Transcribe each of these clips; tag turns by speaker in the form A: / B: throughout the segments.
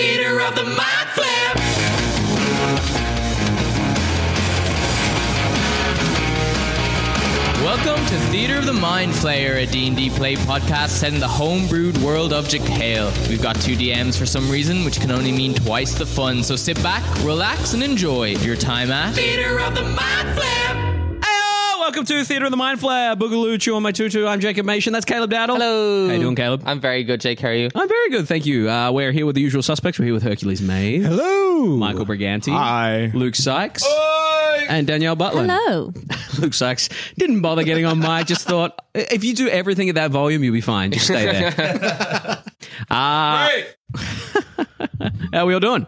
A: of the Mind Flip. Welcome to Theater of the Mind Flayer, a D&D play podcast set in the homebrewed world of Jekyll. We've got two DMs for some reason, which can only mean twice the fun. So sit back, relax, and enjoy your time at Theater of the Mind Flip.
B: Heyo! Welcome to Theatre of the Mind Flare. Boogaloo, chew on my tutu. I'm Jacob Mason. That's Caleb Dowdle.
C: Hello.
B: How you doing, Caleb?
C: I'm very good, Jake. How are you?
B: I'm very good, thank you. Uh, we're here with the usual suspects. We're here with Hercules Mays,
D: Hello.
B: Michael Briganti,
D: Hi.
B: Luke Sykes, and Danielle Butler.
E: Hello.
B: Luke Sykes didn't bother getting on mic. Just thought if you do everything at that volume, you'll be fine. Just stay there. Uh, How we all doing?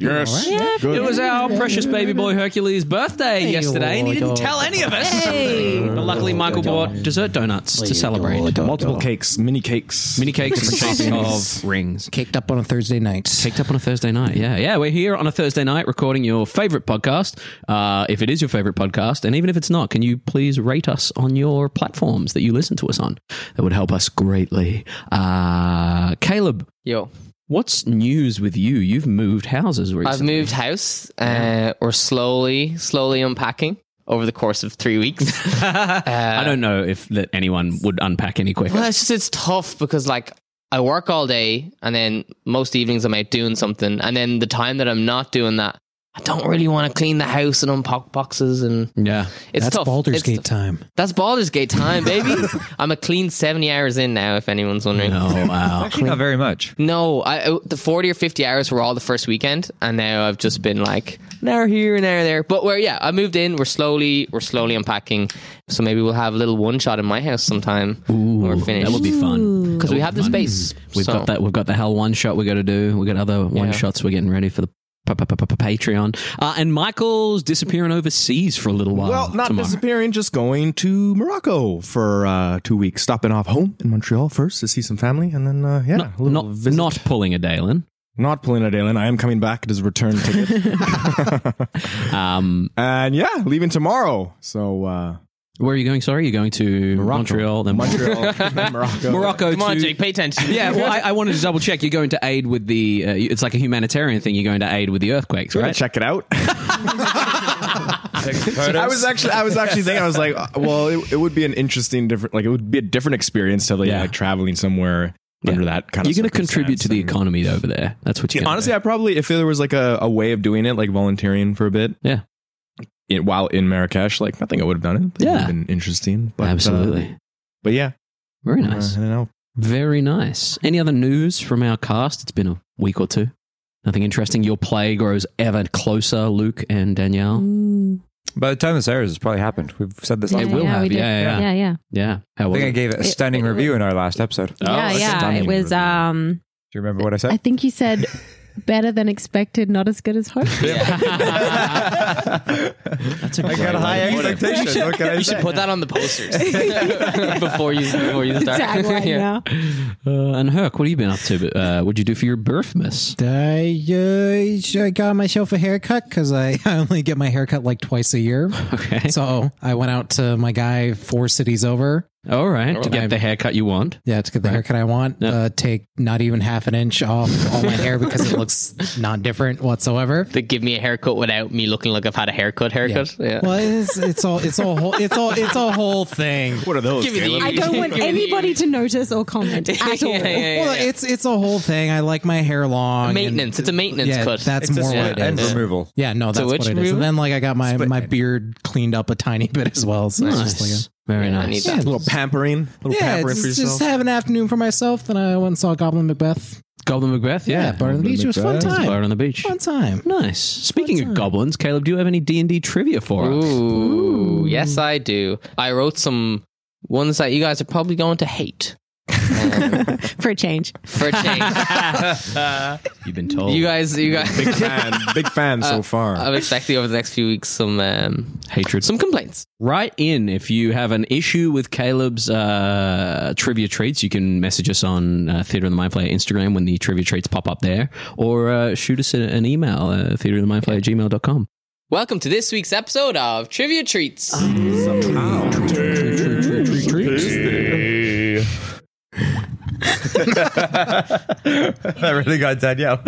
D: Yes.
B: It was our precious baby boy Hercules' birthday yesterday, and he
C: oh
B: didn't tell any of us. But luckily, Michael bought dessert donuts to celebrate.
D: Multiple cakes, mini cakes.
B: Mini cakes and cups of rings.
F: Caked up on a Thursday night.
B: Picked up on a Thursday night. Yeah, yeah. We're here on a Thursday night recording your favorite podcast. Uh, if it is your favorite podcast, and even if it's not, can you please rate us on your platforms that you listen to us on? That would help us greatly. Uh, Caleb,
C: Yo,
B: what's news with you? You've moved houses recently.
C: I've moved house. Uh, we're slowly, slowly unpacking over the course of three weeks.
B: I don't know if that anyone would unpack any quicker.
C: well, it's just it's tough because like I work all day, and then most evenings I'm out doing something, and then the time that I'm not doing that, I don't really want to clean the house and unpack boxes, and
B: Yeah.
C: it's
F: That's
C: tough.
F: Baldur's
C: It's
F: Gate
C: tough.
F: time.
C: That's Baldur's Gate time, baby. I'm a clean seventy hours in now. If anyone's wondering.
B: Oh wow.
D: Actually, not very much.
C: No, I, I- the 40 or 50 hours were all the first weekend, and now I've just been like an hour here, an hour there. But we're, yeah, I moved in. We're slowly, we're slowly unpacking. So maybe we'll have a little one shot in my house sometime when we're
B: that would
C: finished.
B: be fun.
C: Because we have the space.
B: We've
C: so.
B: got that. We've got the hell one shot we got to do. We got other one
C: Yeah.
B: shots. We're getting ready for the pa- pa- pa- pa- pa- Patreon. Uh, and Michael's disappearing overseas for a little while.
D: Well, not
B: tomorrow.
D: disappearing, just going to Morocco for uh, two weeks. Stopping off home in Montreal first to see some family, and then uh, yeah, a little
B: Not
D: visit.
B: not pulling a Dalen.
D: not Polina Dalen. I am coming back. It is a return ticket,
B: Um,
D: and yeah, leaving tomorrow. So uh,
B: where are you going? Sorry, you're going to Montreal, then
D: Montreal, then Morocco,
B: Morocco.
C: Come on,
B: to-
C: Jake, pay attention.
B: Yeah, well, I, I wanted to double check. You're going to aid with the. Uh, it's like a humanitarian thing. You're going to aid with the earthquakes,
D: Gonna
B: right?
D: Check it out. I was actually, I was actually thinking, I was like, uh, well, it, it would be an interesting, different, like it would be a different experience to like,
B: Yeah.
D: like traveling somewhere under that kind
B: You're
D: of.
B: going to contribute to the
D: circumstance.
B: economy over there. That's what you.
D: Yeah, honestly, I probably if there was like a, a way of doing it, like volunteering for a bit,
B: Yeah.
D: in, while in Marrakesh, like I think I would have done it. It would have
B: Yeah.
D: been interesting. But, uh,
B: absolutely.
D: but yeah,
B: Very
D: uh,
B: nice.
D: I don't know.
B: Very nice. Any other news from our cast? It's been a week or two. Nothing interesting. Your play grows ever closer, Luke and Danielle.
E: Mm.
G: By the time this airs, it's probably happened. We've said this.
E: Yeah,
B: it
G: last
B: will
E: yeah,
G: time.
E: we
B: have.
E: did.
B: Yeah, yeah,
E: Yeah,
B: yeah.
E: yeah. Yeah,
B: Yeah. How
G: I
B: will
G: think I
B: it?
G: gave it a
E: It-
G: stunning
E: it-
G: review in our last episode. Do
E: yeah.
D: it's stunning.
E: It was um
G: you remember what I said?
E: I think you said better than expected, not as good as hoped.
B: That's a
D: I
B: great
D: got
B: way
D: high
B: to put it.
D: expectations. What can I
C: You
D: say?
C: should put that on the posters before you before you start.
E: Tagline, yeah.
B: Uh, and Herc, what have you been up to? Uh, what'd you do for your birth, miss?
F: I, uh, I got myself a haircut because I, I only get my haircut like twice a year.
B: Okay.
F: So I went out to my guy four cities over.
B: All right. To get
F: I'm-
B: the haircut you want.
F: Yeah, to get the haircut I want.
B: Yeah.
F: Uh, take not even half an inch off all my hair because it looks not different whatsoever.
C: They give me a haircut without me looking like I've had a haircut. Haircut. Yeah.
F: Well, it's, it's all it's all whole, it's all it's a whole thing.
D: What are those?
C: Give me the
D: Caleb?
E: I don't want
C: Give me the
E: anybody to notice or comment at all.
C: Yeah, yeah, yeah,
F: Well,
C: yeah.
F: it's it's a whole thing. I like my hair long. and-
C: maintenance. It's a maintenance
F: yeah,
C: cut.
F: That's
D: It's a
F: more
D: split
F: what it
D: end
F: is.
G: Removal.
F: Yeah, no, that's
C: which
F: what it is.
C: room?
F: And then like I got my
D: Split
F: my
D: head.
F: beard cleaned up a tiny bit as well. So it's just like
B: Nice. Very
C: Yeah, I need
B: nice.
C: that.
F: a, yeah,
D: A little pampering, a little
F: yeah,
D: pampering for
F: just,
D: yourself.
F: just have an afternoon for myself. Then I went and saw Goblin Macbeth.
B: Goblin Macbeth. Yeah.
F: Yeah, Bar on the Beach. It was a fun
D: Macbeth.
B: Bar
F: time.
B: on the beach.
F: Fun time.
B: Nice. Speaking of goblins, Caleb, do you have any D and D trivia for us?
C: Ooh, yes, I do. I wrote some ones that you guys are probably going to hate
E: For a change.
C: for a change.
B: You've been told.
C: you guys, you
D: big
C: guys,
D: fan, big fan
B: Uh,
D: so far.
C: I'm expecting over the next few weeks some um,
B: Hatred.
C: some complaints.
B: Write in if you have an issue with Caleb's uh, trivia treats. You can message us on uh, Theater of the Mind Player Instagram when the trivia treats pop up there, or uh, shoot us a- an email, uh, theater of the mind player at gmail.com.
C: Welcome to this week's episode of Trivia Treats.
G: I really got Danielle.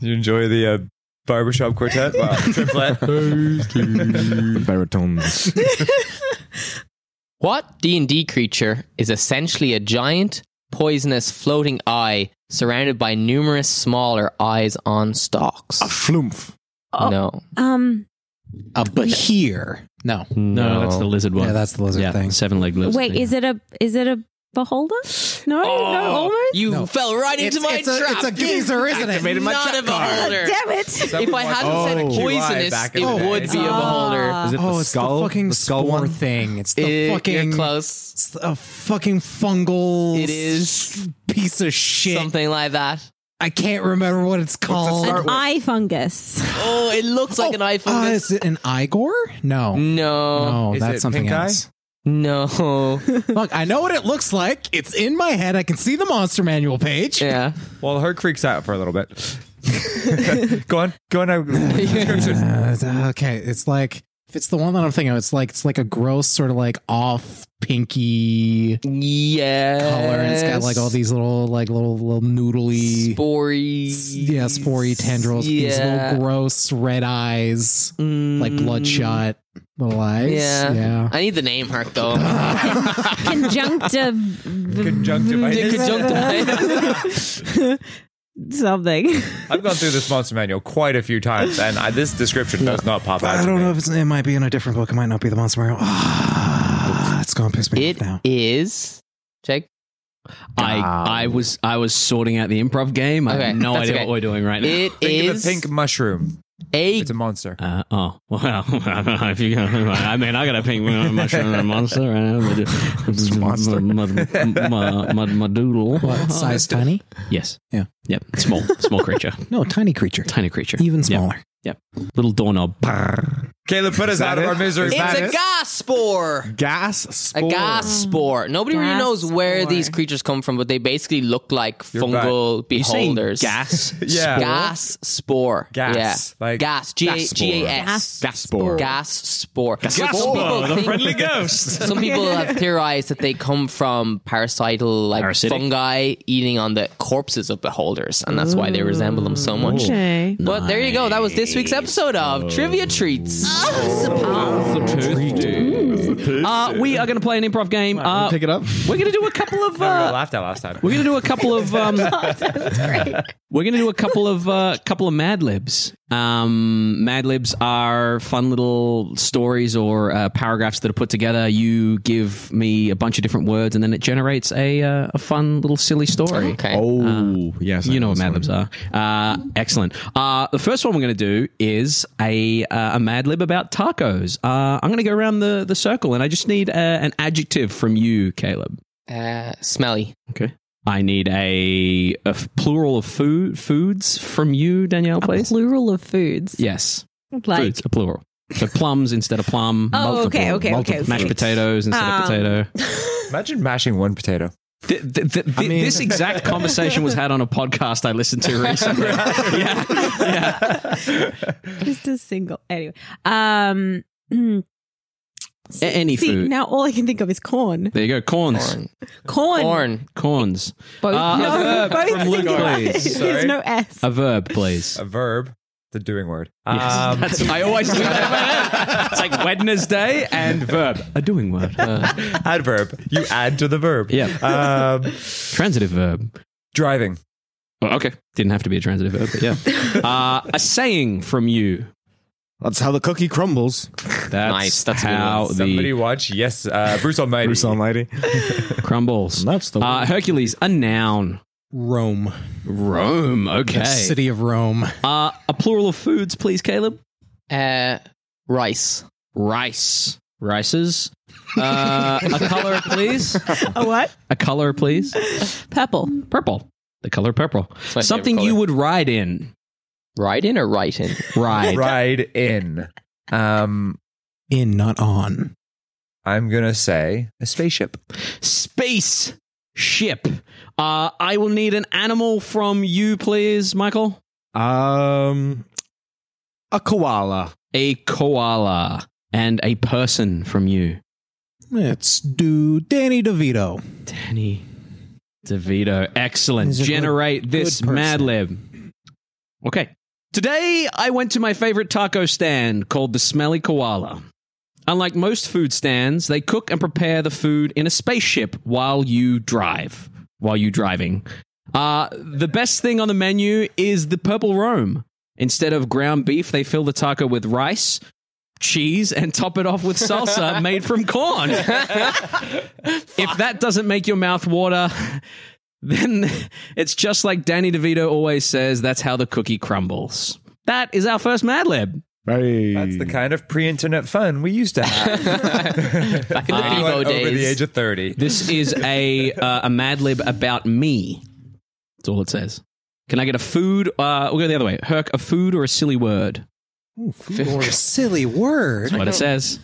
G: you enjoy the uh, barbershop quartet? Wow, triplet.
D: Baritones.
C: What D&D creature is essentially a giant, poisonous, floating eye surrounded by numerous smaller eyes on stalks?
D: Flumph.
C: No.
H: Um,
F: Uh, but here, no.
B: No, that's the lizard one.
F: Yeah, that's the lizard thing.
B: Seven legged lizard.
H: wait, is it a is it a beholder? No, no,
C: Oh.
H: almost.
A: You
F: Oh. No.
A: fell right
F: It's,
A: into my
F: it's, a,
A: trap.
F: it's a geezer, isn't it?
A: Activated my Not trap a card.
H: Ah,
A: beholder.
H: damn it!
A: if I hadn't
D: Oh.
A: said poisonous,
G: back in
A: it
G: the day.
A: would be a beholder.
D: Is it
F: Oh,
D: the
F: it's
D: skull?
F: the fucking
D: the skull
F: spore
D: one?
F: thing. It's the
C: Eh,
F: fucking
C: You're close.
F: It's a fucking fungal.
C: It is
F: piece of shit.
C: Something like that.
F: I can't remember what it's called.
H: An eye fungus.
C: Oh, it looks like an eye
F: Uh,
C: fungus.
F: is it an Igor?
D: Mm,
F: No.
C: no.
F: No,
G: Is
F: that's
G: it
F: something
G: pink eye?
F: else.
C: No.
F: Look, I know what it looks like. It's in my head. I can see the monster manual page.
C: yeah.
G: Well, her creaks out for a little bit. go on, go on. Now. Description.
F: Uh, okay, it's like if it's the one that I'm thinking of, it's like it's like a gross sort of like off pinky
C: Yeah.
F: color, and it's got like all these little like little little noodly,
C: spories.
F: yeah, spory tendrils,
C: Yeah.
F: these
C: Mm.
F: little gross red eyes, like bloodshot little eyes.
C: Yeah.
F: yeah.
C: I need the name Herc though.
H: Conjunctive
G: Conjunctivitis.
C: Conjunctivitis.
H: something.
G: I've gone through this monster manual quite a few times, and I, this description does not pop out.
F: I
G: to
F: don't
G: me.
F: know if it's, it might be in a different book. It might not be the Monster Manual. Ah, it's gonna piss me
C: It
F: off now.
C: is. Check.
B: I I was I was sorting out the improv game. I
C: Okay,
B: have no
C: that's
B: idea
C: okay.
B: what we're doing right now.
C: It
G: Think of
C: is
G: a pink mushroom.
C: a
G: It's a monster.
B: Uh, oh well, if you go, I mean, I got a pink mushroom and monster right now.
D: Monster.
B: my, my, my, my doodle.
F: What size? Tiny?
B: Yes.
F: Yeah.
B: Yep. Small. Small creature.
F: No, tiny creature.
B: Tiny creature.
F: Even
B: Yep.
F: smaller.
B: Little doorknob.
G: Caleb, put us out of our misery.
C: It's a gas spore.
D: Gas spore.
C: A gas spore. Nobody really
H: Gas
C: knows where
H: spore.
C: these creatures come from, but they basically look like
G: You're
C: fungal
B: You saying
C: beholders.
B: gas?
G: Yeah.
C: Gas spore.
G: Gas.
C: Yeah.
G: Like
C: gas. G A G A S.
H: Gas
D: spore.
C: Gas spore. Gas
B: spore, the friendly ghost.
C: Some people have theorized that they come from parasital like
B: Parasitic.
C: fungi eating on the corpses of beholders, and that's why they resemble them so much.
H: Okay.
C: But there you go. That was this week's episode of Trivia Treats.
B: Uh, we are going to play an improv game. Uh,
D: Pick it up.
B: we're going to do a couple of.
G: I
B: Uh,
G: laughed at last time.
B: we're going to do a couple of. Um,
H: great.
B: We're gonna do a couple of uh, couple of Mad Libs. Um, Mad Libs are fun little stories or uh, paragraphs that are put together. You give me a bunch of different words, and then it generates a uh, a fun little silly story.
C: Okay.
D: Oh, yes. I
B: You know what
D: this
B: Mad
D: one.
B: Libs are. Uh, excellent. Uh, the first one we're going to do is a uh, a Mad Lib about tacos. Uh, I'm going to go around the, the circle, and I just need uh an adjective from you, Caleb.
G: Oh.
C: Uh, smelly.
B: Okay. I need a, a f- plural of food foods from you, Danielle, please.
H: Plural of foods.
B: yes,
H: Like
B: foods, a plural. So plums instead of plum.
H: Oh,
B: multiple,
H: okay, okay,
B: multiple.
H: okay, okay.
B: Mashed potatoes instead
H: Um,
B: of potato.
G: Imagine mashing one potato.
B: Th- th- th- th- this exact conversation was had on a podcast I listened to recently. yeah, yeah.
H: just a single. Anyway. Um. mm.
B: A- any
H: See,
B: food.
H: now all I can think of is corn.
B: There you go. Corns.
C: Corn.
H: Corn.
C: Corn.
B: Corns.
C: Both.
B: Uh,
H: No,
B: a verb
H: both
B: from Luke,
H: singular.
B: please.
H: There's
G: Sorry.
H: no S.
B: A verb, please.
G: A verb. The doing word.
B: Yes.
G: Um,
B: That's- I always do that. in my head. It's like Wednesday and verb. A doing word.
G: adverb. You add to the verb.
B: Uh, Yeah.
G: Um,
B: transitive verb.
G: driving.
B: Well, Oh, okay. Didn't have to be a transitive verb, but yeah. Uh, a saying from you.
D: That's how the cookie crumbles.
B: That's
C: Nice, that's a good
B: how
C: one.
G: Somebody
B: the
G: watch. Yes. Uh, Bruce Almighty.
D: Bruce Almighty.
B: crumbles.
D: That's the
B: Uh, Hercules, a noun.
F: Rome.
B: Rome.
F: The
B: Okay.
F: city of Rome.
B: Uh, a plural of foods, please, Caleb.
C: Uh, rice.
B: Rice. Rices. Uh, a color, please.
H: A what?
B: A color, please.
H: Purple.
B: Purple. The color purple.
C: my favorite
B: Something you
C: color.
B: would ride in.
C: Ride in or write in?
B: Ride.
G: Ride in. Um,
F: In, not on.
G: I'm gonna say a spaceship.
B: Space ship. Uh, I will need an animal from you, please, Michael.
D: Um, a koala.
B: A koala and a person from you.
F: Let's do Danny DeVito.
B: Danny DeVito. Excellent.
F: He's a good-
B: Generate this
F: good person.
B: Mad Lib. Okay. Today, I went to my favorite taco stand called the Smelly Koala. Unlike most food stands, they cook and prepare the food in a spaceship while you drive, while you driving. Uh, the best thing on the menu is the purple Rome. Instead of ground beef, they fill the taco with rice, cheese, and top it off with salsa made from corn. if that doesn't make your mouth water, then it's just like Danny DeVito always says that's how the cookie crumbles. That is our first Mad Lib.
G: That's the kind of pre-internet fun we used to have.
C: Back in the
G: Anyone
C: Bebo days.
G: over the age of thirty.
B: This is a uh, a Mad Lib about me. That's all it says. Can I get a food? Uh, we'll go the other way. Herc, a food or a silly word?
F: Or a silly word.
B: That's what it says.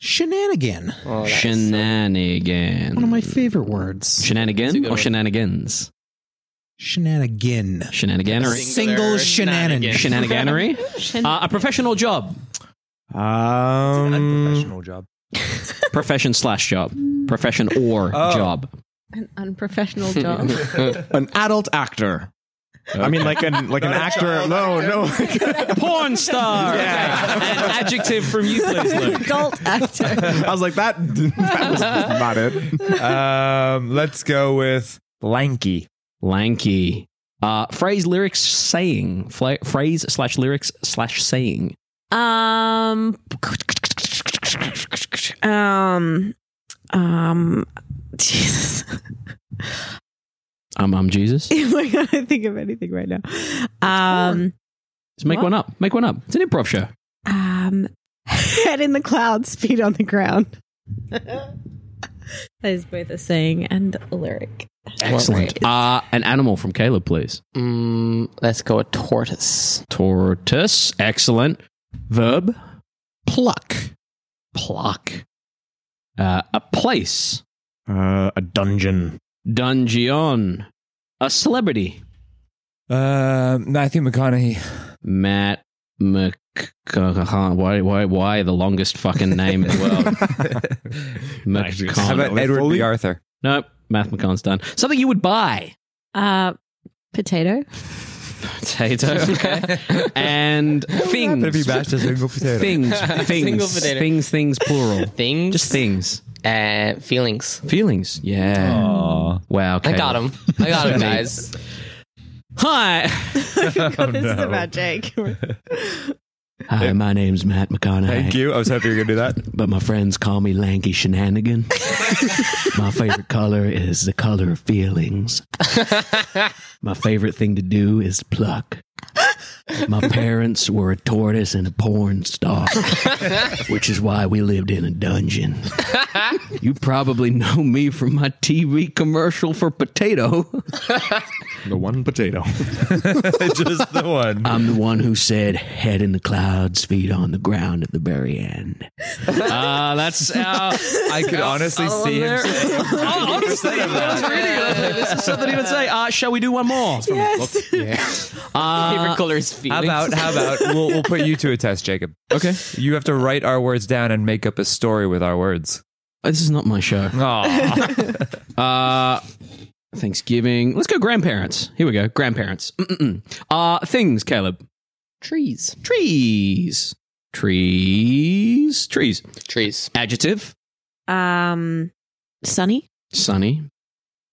F: Shenanigan.
B: Shenanigans.
F: One of my favorite words.
B: Shenanigan or
C: one.
B: shenanigans?
F: Shenanigan.
B: Shenaniganery.
F: Single shenanigan.
B: Shenaniganery.
H: Shen-
B: Uh, a professional job.
D: Um,
G: Professional job.
B: Profession slash job. Profession or
G: Oh.
B: job.
E: An unprofessional job.
D: an adult actor. I mean, like an like an actor. No, Oh, no.
B: Porn star.
D: Yeah.
B: Okay. An adjective from you, please, Luke.
E: Adult actor.
D: I was like that. That was not it.
G: um, let's go with lanky.
B: Lanky. Uh, phrase lyrics saying. Fla- phrase slash lyrics slash saying.
H: um, um, um, Jesus.
B: Um, um, Jesus.
H: Oh my God, I can't think of anything right now. Um,
B: Just make
H: What?
B: one up. Make one up. It's an improv show.
H: um, head in the clouds, feet on the ground. that is both a saying and a lyric.
B: Excellent. Uh, an animal from Caleb, please.
C: Mm, let's go with tortoise.
B: Tortoise. Excellent. Verb.
F: Pluck.
B: Pluck. Uh, a place.
D: Uh, a dungeon.
B: Dungeon. A celebrity.
G: Uh, Matthew McConaughey.
B: Matt Mc. Why, why, why the longest fucking name in the world?
G: How
B: McCon.
G: about Edward
D: Foley?
G: B. Arthur?
B: Nope. Math McCon's done. Something you would buy.
E: Uh, potato.
B: potato. and
G: But if you
B: things.
G: bashed a single potato.
B: Things,
C: Single
B: things,
C: potato.
B: things, things, plural.
C: Things.
B: Just things.
C: Uh, feelings.
B: Feelings. Yeah.
G: Aw.
B: Wow.
C: I
B: Caleb.
C: got him. I got him, guys.
B: Hi. Oh,
H: God, this is about Jake.
B: Hi, my name's Matt McConaughey.
G: Thank you. I was hoping you were gonna do that.
B: But my friends call me Lanky Shenanigan. my favorite color is the color of feelings. my favorite thing to do is pluck. My parents were a tortoise and a porn star, which is why we lived in a dungeon. You probably know me from my TV commercial for potato.
D: The one potato.
G: Just the one.
B: I'm the one who said, head in the clouds, feet on the ground at the very end. Ah, that's our.
G: I could honestly see him. say-
B: honestly, This is something he would say. Uh, shall we do one more?
H: yes.
C: Favorite color is feelings.
G: How about how about we'll we'll put you to a test, Jacob. Okay. You have to write our words down and make up a story with our words.
B: This is not my show.
G: Aw.
B: Uh, Thanksgiving. Let's go grandparents. Here we go. Grandparents. Mm-mm-mm. Uh, things, Caleb.
C: trees?
B: Trees. Trees. Trees.
C: Trees.
B: Adjective.
H: Um, sunny.
B: Sunny.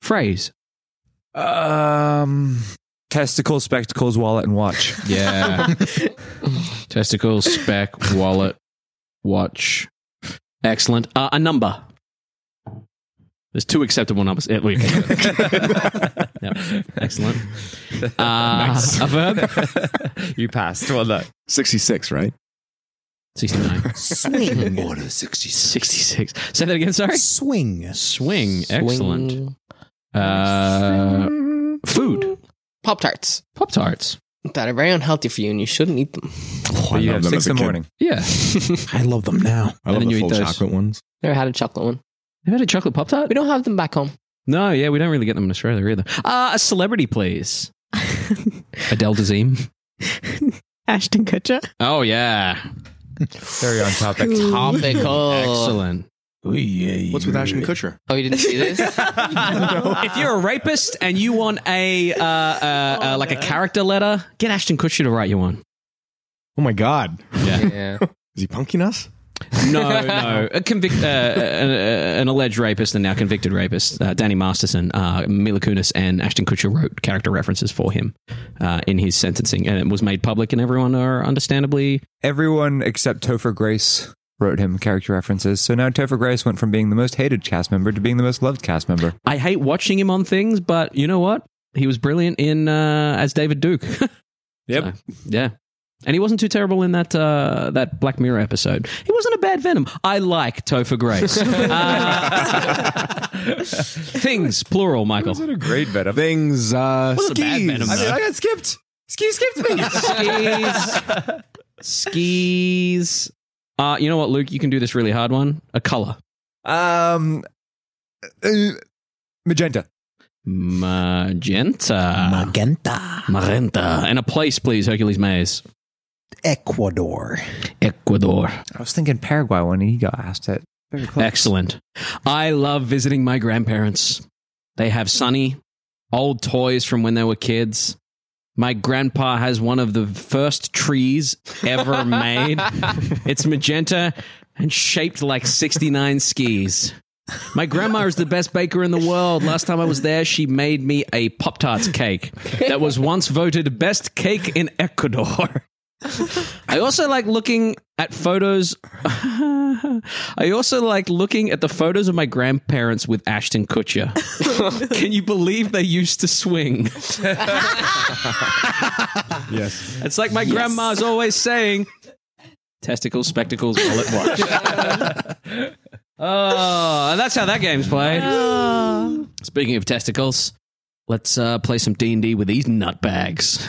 B: Phrase.
G: um testicles, spectacles, wallet, and watch.
B: Yeah. Testicles, spec, wallet, watch. Excellent. Uh, a number. There's two acceptable numbers. Eh, we can do it. Yeah. Excellent. Uh, A verb.
G: you passed. Well done.
D: Sixty-six, right?
B: 69.
F: Swing.
D: Order sixty.
B: 66. Say that again, sorry.
F: Swing.
B: Swing. Excellent. Uh, food.
C: Pop tarts
B: Pop Tarts.
C: that are very unhealthy for you, and you shouldn't eat them.
D: Oh, I
G: But you
D: love
G: have
D: them
G: six
D: as a
G: in the
D: kid.
G: morning.
B: Yeah.
F: I love them now.
D: I love
B: then
D: the
B: you eat
D: full
B: those.
D: chocolate ones.
C: Never had a chocolate one.
B: You had a chocolate Pop Tart?
C: We don't have them back home.
B: No, yeah, we don't really get them in Australia either. Uh, a celebrity, please. Adele Dazeem.
H: Ashton Kutcher.
B: Oh, yeah.
G: Very on topic.
C: Topical.
B: Excellent.
D: What's with Ashton Kutcher?
C: Oh, you didn't see this?
B: If you're a rapist and you want a uh, uh, uh, like a character letter, get Ashton Kutcher to write you one.
D: Oh my God.
C: yeah.
D: Is he punking us?
B: No, no, a convict, uh, an, uh, an alleged rapist and now convicted rapist, uh, Danny Masterson, uh, Mila Kunis, and Ashton Kutcher wrote character references for him uh, in his sentencing, and it was made public, and everyone are understandably
G: Everyone except Topher Grace wrote him character references. So now Topher Grace went from being the most hated cast member to being the most loved cast member.
B: I hate watching him on things, but you know what? He was brilliant in uh, as David Duke.
G: Yep.
B: So, yeah. And he wasn't too terrible in that uh, that Black Mirror episode. He wasn't a bad Venom. I like Topher Grace. Uh, things plural, Michael.
G: a great venom.
D: Things, uh,
B: Wasn't a bad
D: skis.
B: Venom,
D: I mean,
B: though.
D: I got skipped. Ski skipped me.
B: Skis. Skis. Uh, you know what, Luke? You can do this really hard one. A color.
G: Um, uh, magenta.
D: Uh,
B: Magenta.
F: Magenta.
B: Magenta. And a place, please, Hercules Maze.
F: Ecuador.
B: Ecuador.
G: I was thinking Paraguay when he got asked it. Very close.
B: Excellent. I love visiting my grandparents. They have sunny, old toys from when they were kids. My grandpa has one of the first trees ever made. It's magenta and shaped like 69 skis. My grandma is the best baker in the world. Last time I was there, she made me a Pop Tarts cake that was once voted best cake in Ecuador. I also like looking at photos. I also like looking at the photos of my grandparents with Ashton Kutcher. Can you believe they used to swing?
D: Yes.
B: It's like my grandma's always saying testicles, spectacles, all at once. oh, and that's how that game's played. Speaking of testicles, let's uh, play some D&D with these nutbags.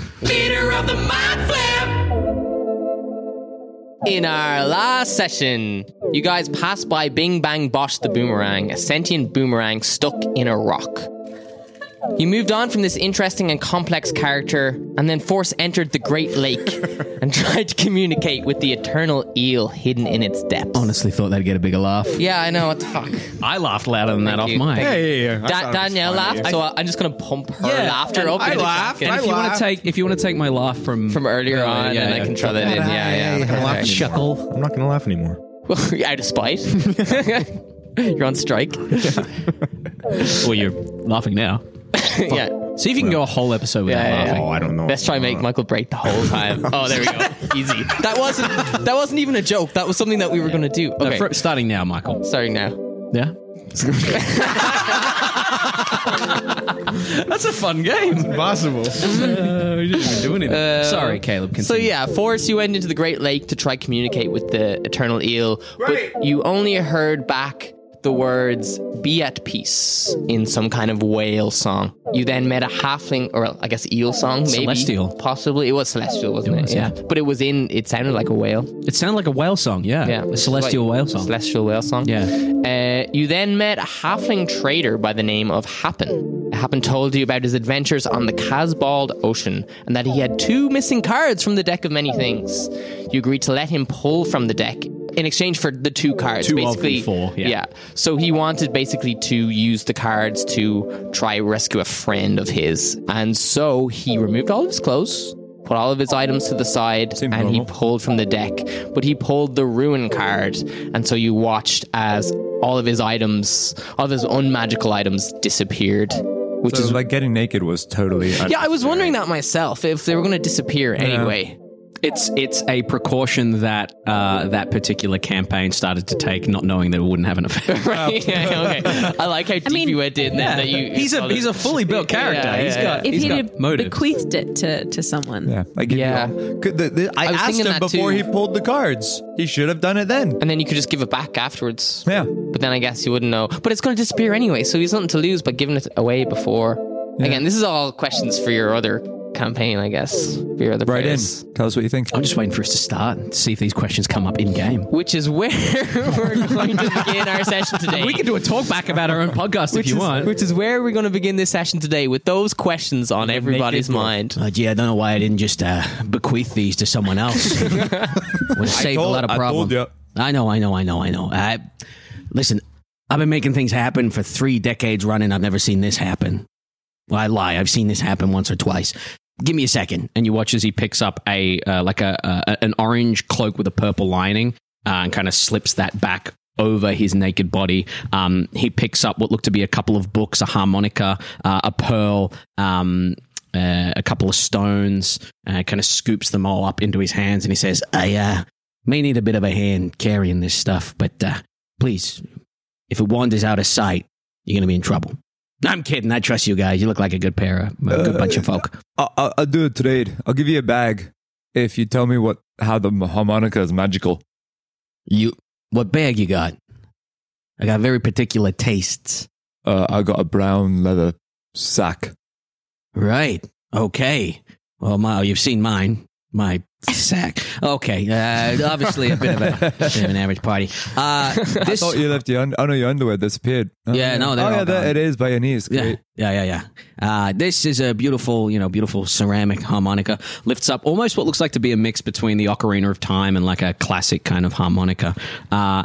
C: In our last session, you guys passed by Bing Bang Bosh the Boomerang, a sentient boomerang stuck in a rock. You moved on from this interesting and complex character, and then Force entered the Great Lake and tried to communicate with the eternal eel hidden in its depths.
B: Honestly thought that'd get a bigger laugh.
C: Yeah, I know, what the fuck.
B: I laughed louder than that off
C: you.
B: mic.
D: Yeah, yeah, yeah.
C: Da-
D: I thought it was
C: Danielle
D: funny.
C: laughed, so I- I'm just gonna pump her
B: Yeah,
C: laughter
B: and
C: up.
B: I
C: into the
D: laughed,
C: fucking-
D: I
B: If you want to
D: laugh.
B: take, if you want to take my laugh from
C: From earlier on,
B: yeah,
C: and
B: yeah.
C: I can throw that in. Yeah,
D: I'm not gonna
C: yeah.
D: laugh
C: Okay.
D: anymore.
B: Shuckle.
D: I'm not going to laugh anymore.
C: Out of spite. You're on strike.
B: well, you're laughing now.
C: yeah.
B: See if you can go a whole episode without
C: Yeah, yeah,
B: laughing.
D: Oh, I don't know.
C: Let's try and make Michael break the whole time. Oh, there we go. Easy. That wasn't that wasn't even a joke. That was something that we were gonna do.
B: No,
C: Okay.
B: fr- starting now, Michael.
C: Starting now.
B: Yeah. That's a fun game.
D: Impossible.
B: we Uh, didn't even do anything. Sorry, Caleb. Continue.
C: So yeah, Forrest, you went into the Great Lake to try communicate with the Eternal Eel, but you only heard back the words "Be at peace" in some kind of whale song. You then met a halfling, or I guess eel song, maybe
B: Celestial.
C: possibly. It was celestial, wasn't it?
B: was,
C: yeah. but it was in. It sounded like a whale.
B: It sounded like a whale song. Yeah.
C: Yeah,
B: A celestial
C: Like,
B: whale song.
C: Celestial whale song.
B: Yeah.
C: Uh, you then met a halfling trader by the name of Happen. Happen told you about his adventures on the Casbald Ocean and that he had two missing cards from the deck of many things. You agreed to let him pull from the deck in exchange for the two cards.
B: Two of the
C: basically,
B: four, yeah.
C: So he wanted basically to use the cards to try rescue a friend of his, and so he removed all of his clothes. Put all of his items to the side,
G: Seemed
C: and he
G: normal.
C: pulled from the deck, but he pulled the ruin card, and so you watched as all of his items, all of his unmagical items, disappeared. Which
G: So
C: is
G: like getting naked was totally.
C: yeah, I was wondering that myself if they were going to disappear anyway.
B: It's it's a precaution that uh, that particular campaign started to take, not knowing that it wouldn't have an effect.
C: Right? yeah, okay. I like how deep
H: mean-
C: you went in there. That you
B: he's a he's a fully built character.
C: Yeah, yeah,
B: he's got
H: If
B: he's
H: he'd
B: got
H: have
B: motive.
H: bequeathed it to, to someone.
G: Yeah, I give
C: Yeah.
G: you all. Could the, the, I,
C: I was
G: asked
C: thinking
G: him
C: that
G: before
C: too.
G: he pulled the cards. He should have done it then.
C: and then you could just give it back afterwards.
G: Yeah.
C: But then I guess you wouldn't know. But it's going to disappear anyway, so he's nothing to lose by giving it away before. Again, this is all questions for your other campaign, I guess. For your other
G: Right in.
C: players.
G: Tell us what you think.
B: I'm just waiting for us to start and see if these questions come up in game.
C: Which is where we're going to begin our session today.
B: We can do a talk back about our own podcast if you want.
C: Which is where we're going to begin this session today with those questions on everybody's mind.
B: Oh, gee, I don't know why I didn't just uh, bequeath these to someone else. Would have saved
G: told-
B: a lot of
G: Oh, I told
B: problems.
G: ya.
B: I know, I know, I know, I know. I, Listen, I've been making things happen for three decades running. I've never seen this happen. Well, I lie. I've seen this happen once or twice. Give me a second.
I: and you watch as he picks up a uh, like a uh, an orange cloak with a purple lining uh, and kind of slips that back over his naked body. Um, he picks up what look to be a couple of books, a harmonica, uh, a pearl. Um, uh, a couple of stones, uh, kind of scoops them all up into his hands, and he says,
B: I uh, may need a bit of a hand carrying this stuff, but uh, please, if it wanders out of sight, you're going to be in trouble. I'm kidding. I trust you guys. You look like a good pair of, a good bunch of folk.
G: I'll, I'll, I'll do a trade. I'll give you a bag if you tell me what how the harmonica is magical.
B: You, what bag you got? I got very particular tastes.
G: Uh, I got a brown leather sack.
B: Right. Okay. Well, my, you've seen mine. My sack. Okay. Uh, obviously, a bit of a bit of an average party. Uh, this.
G: I thought you left your un- oh no, your underwear disappeared. Oh,
B: Yeah, no, they're
G: oh, yeah,
B: all
G: there
B: gone.
G: it is by your knees.
B: Yeah,
G: Great.
B: yeah, yeah, yeah. Uh, this is a beautiful, you know, beautiful ceramic harmonica.
I: lifts up almost what looks like to be a mix between the ocarina of time and like a classic kind of harmonica. Uh,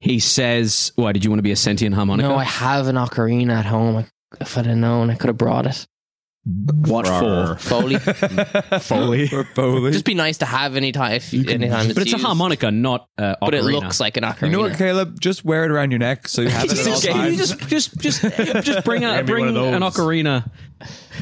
I: he says, "Why did you want to be a sentient harmonica?
C: No, I have an ocarina at home. I- If I'd have known, I could have brought it.
I: what for?"
C: Foley.
D: Foley.
G: Or Foley.
C: Just be nice to have any time. If any time,
I: But it's a
C: used.
I: harmonica, not uh, ocarina.
C: But it looks like an ocarina.
G: you know what, Caleb? Just wear it around your neck so you have it at all
I: Just, can you
G: times.
I: just just just just bring
D: Hand
I: a,
D: me
I: bring
D: one of
I: an
D: those.
I: ocarina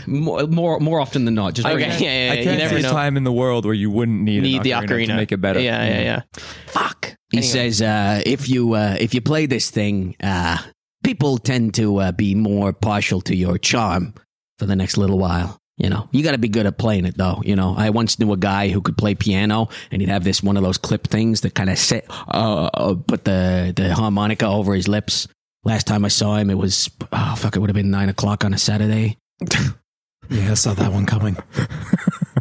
I: more more, more often than not. Just
C: Okay,
I: bring
C: yeah,
I: it.
C: yeah, yeah.
G: I can't
C: you never
G: see
C: know.
G: a time in the world where you wouldn't need,
C: Need
G: an
C: the
G: ocarina
C: ocarina
G: to make it better. Mm-hmm.
C: Yeah, yeah, yeah. Fuck.
B: He
C: Anyway.
B: says, uh, if you uh, if you play this thing, uh, people tend to uh, be more partial to your charm for the next little while. You know, you got to be good at playing it, though. You know, I once knew a guy who could play piano, and he'd have this one of those clip things that kind of set, uh, uh, put the the harmonica over his lips. Last time I saw him, it was oh fuck, it would have been nine o'clock on a Saturday.
F: Yeah, I saw that one coming.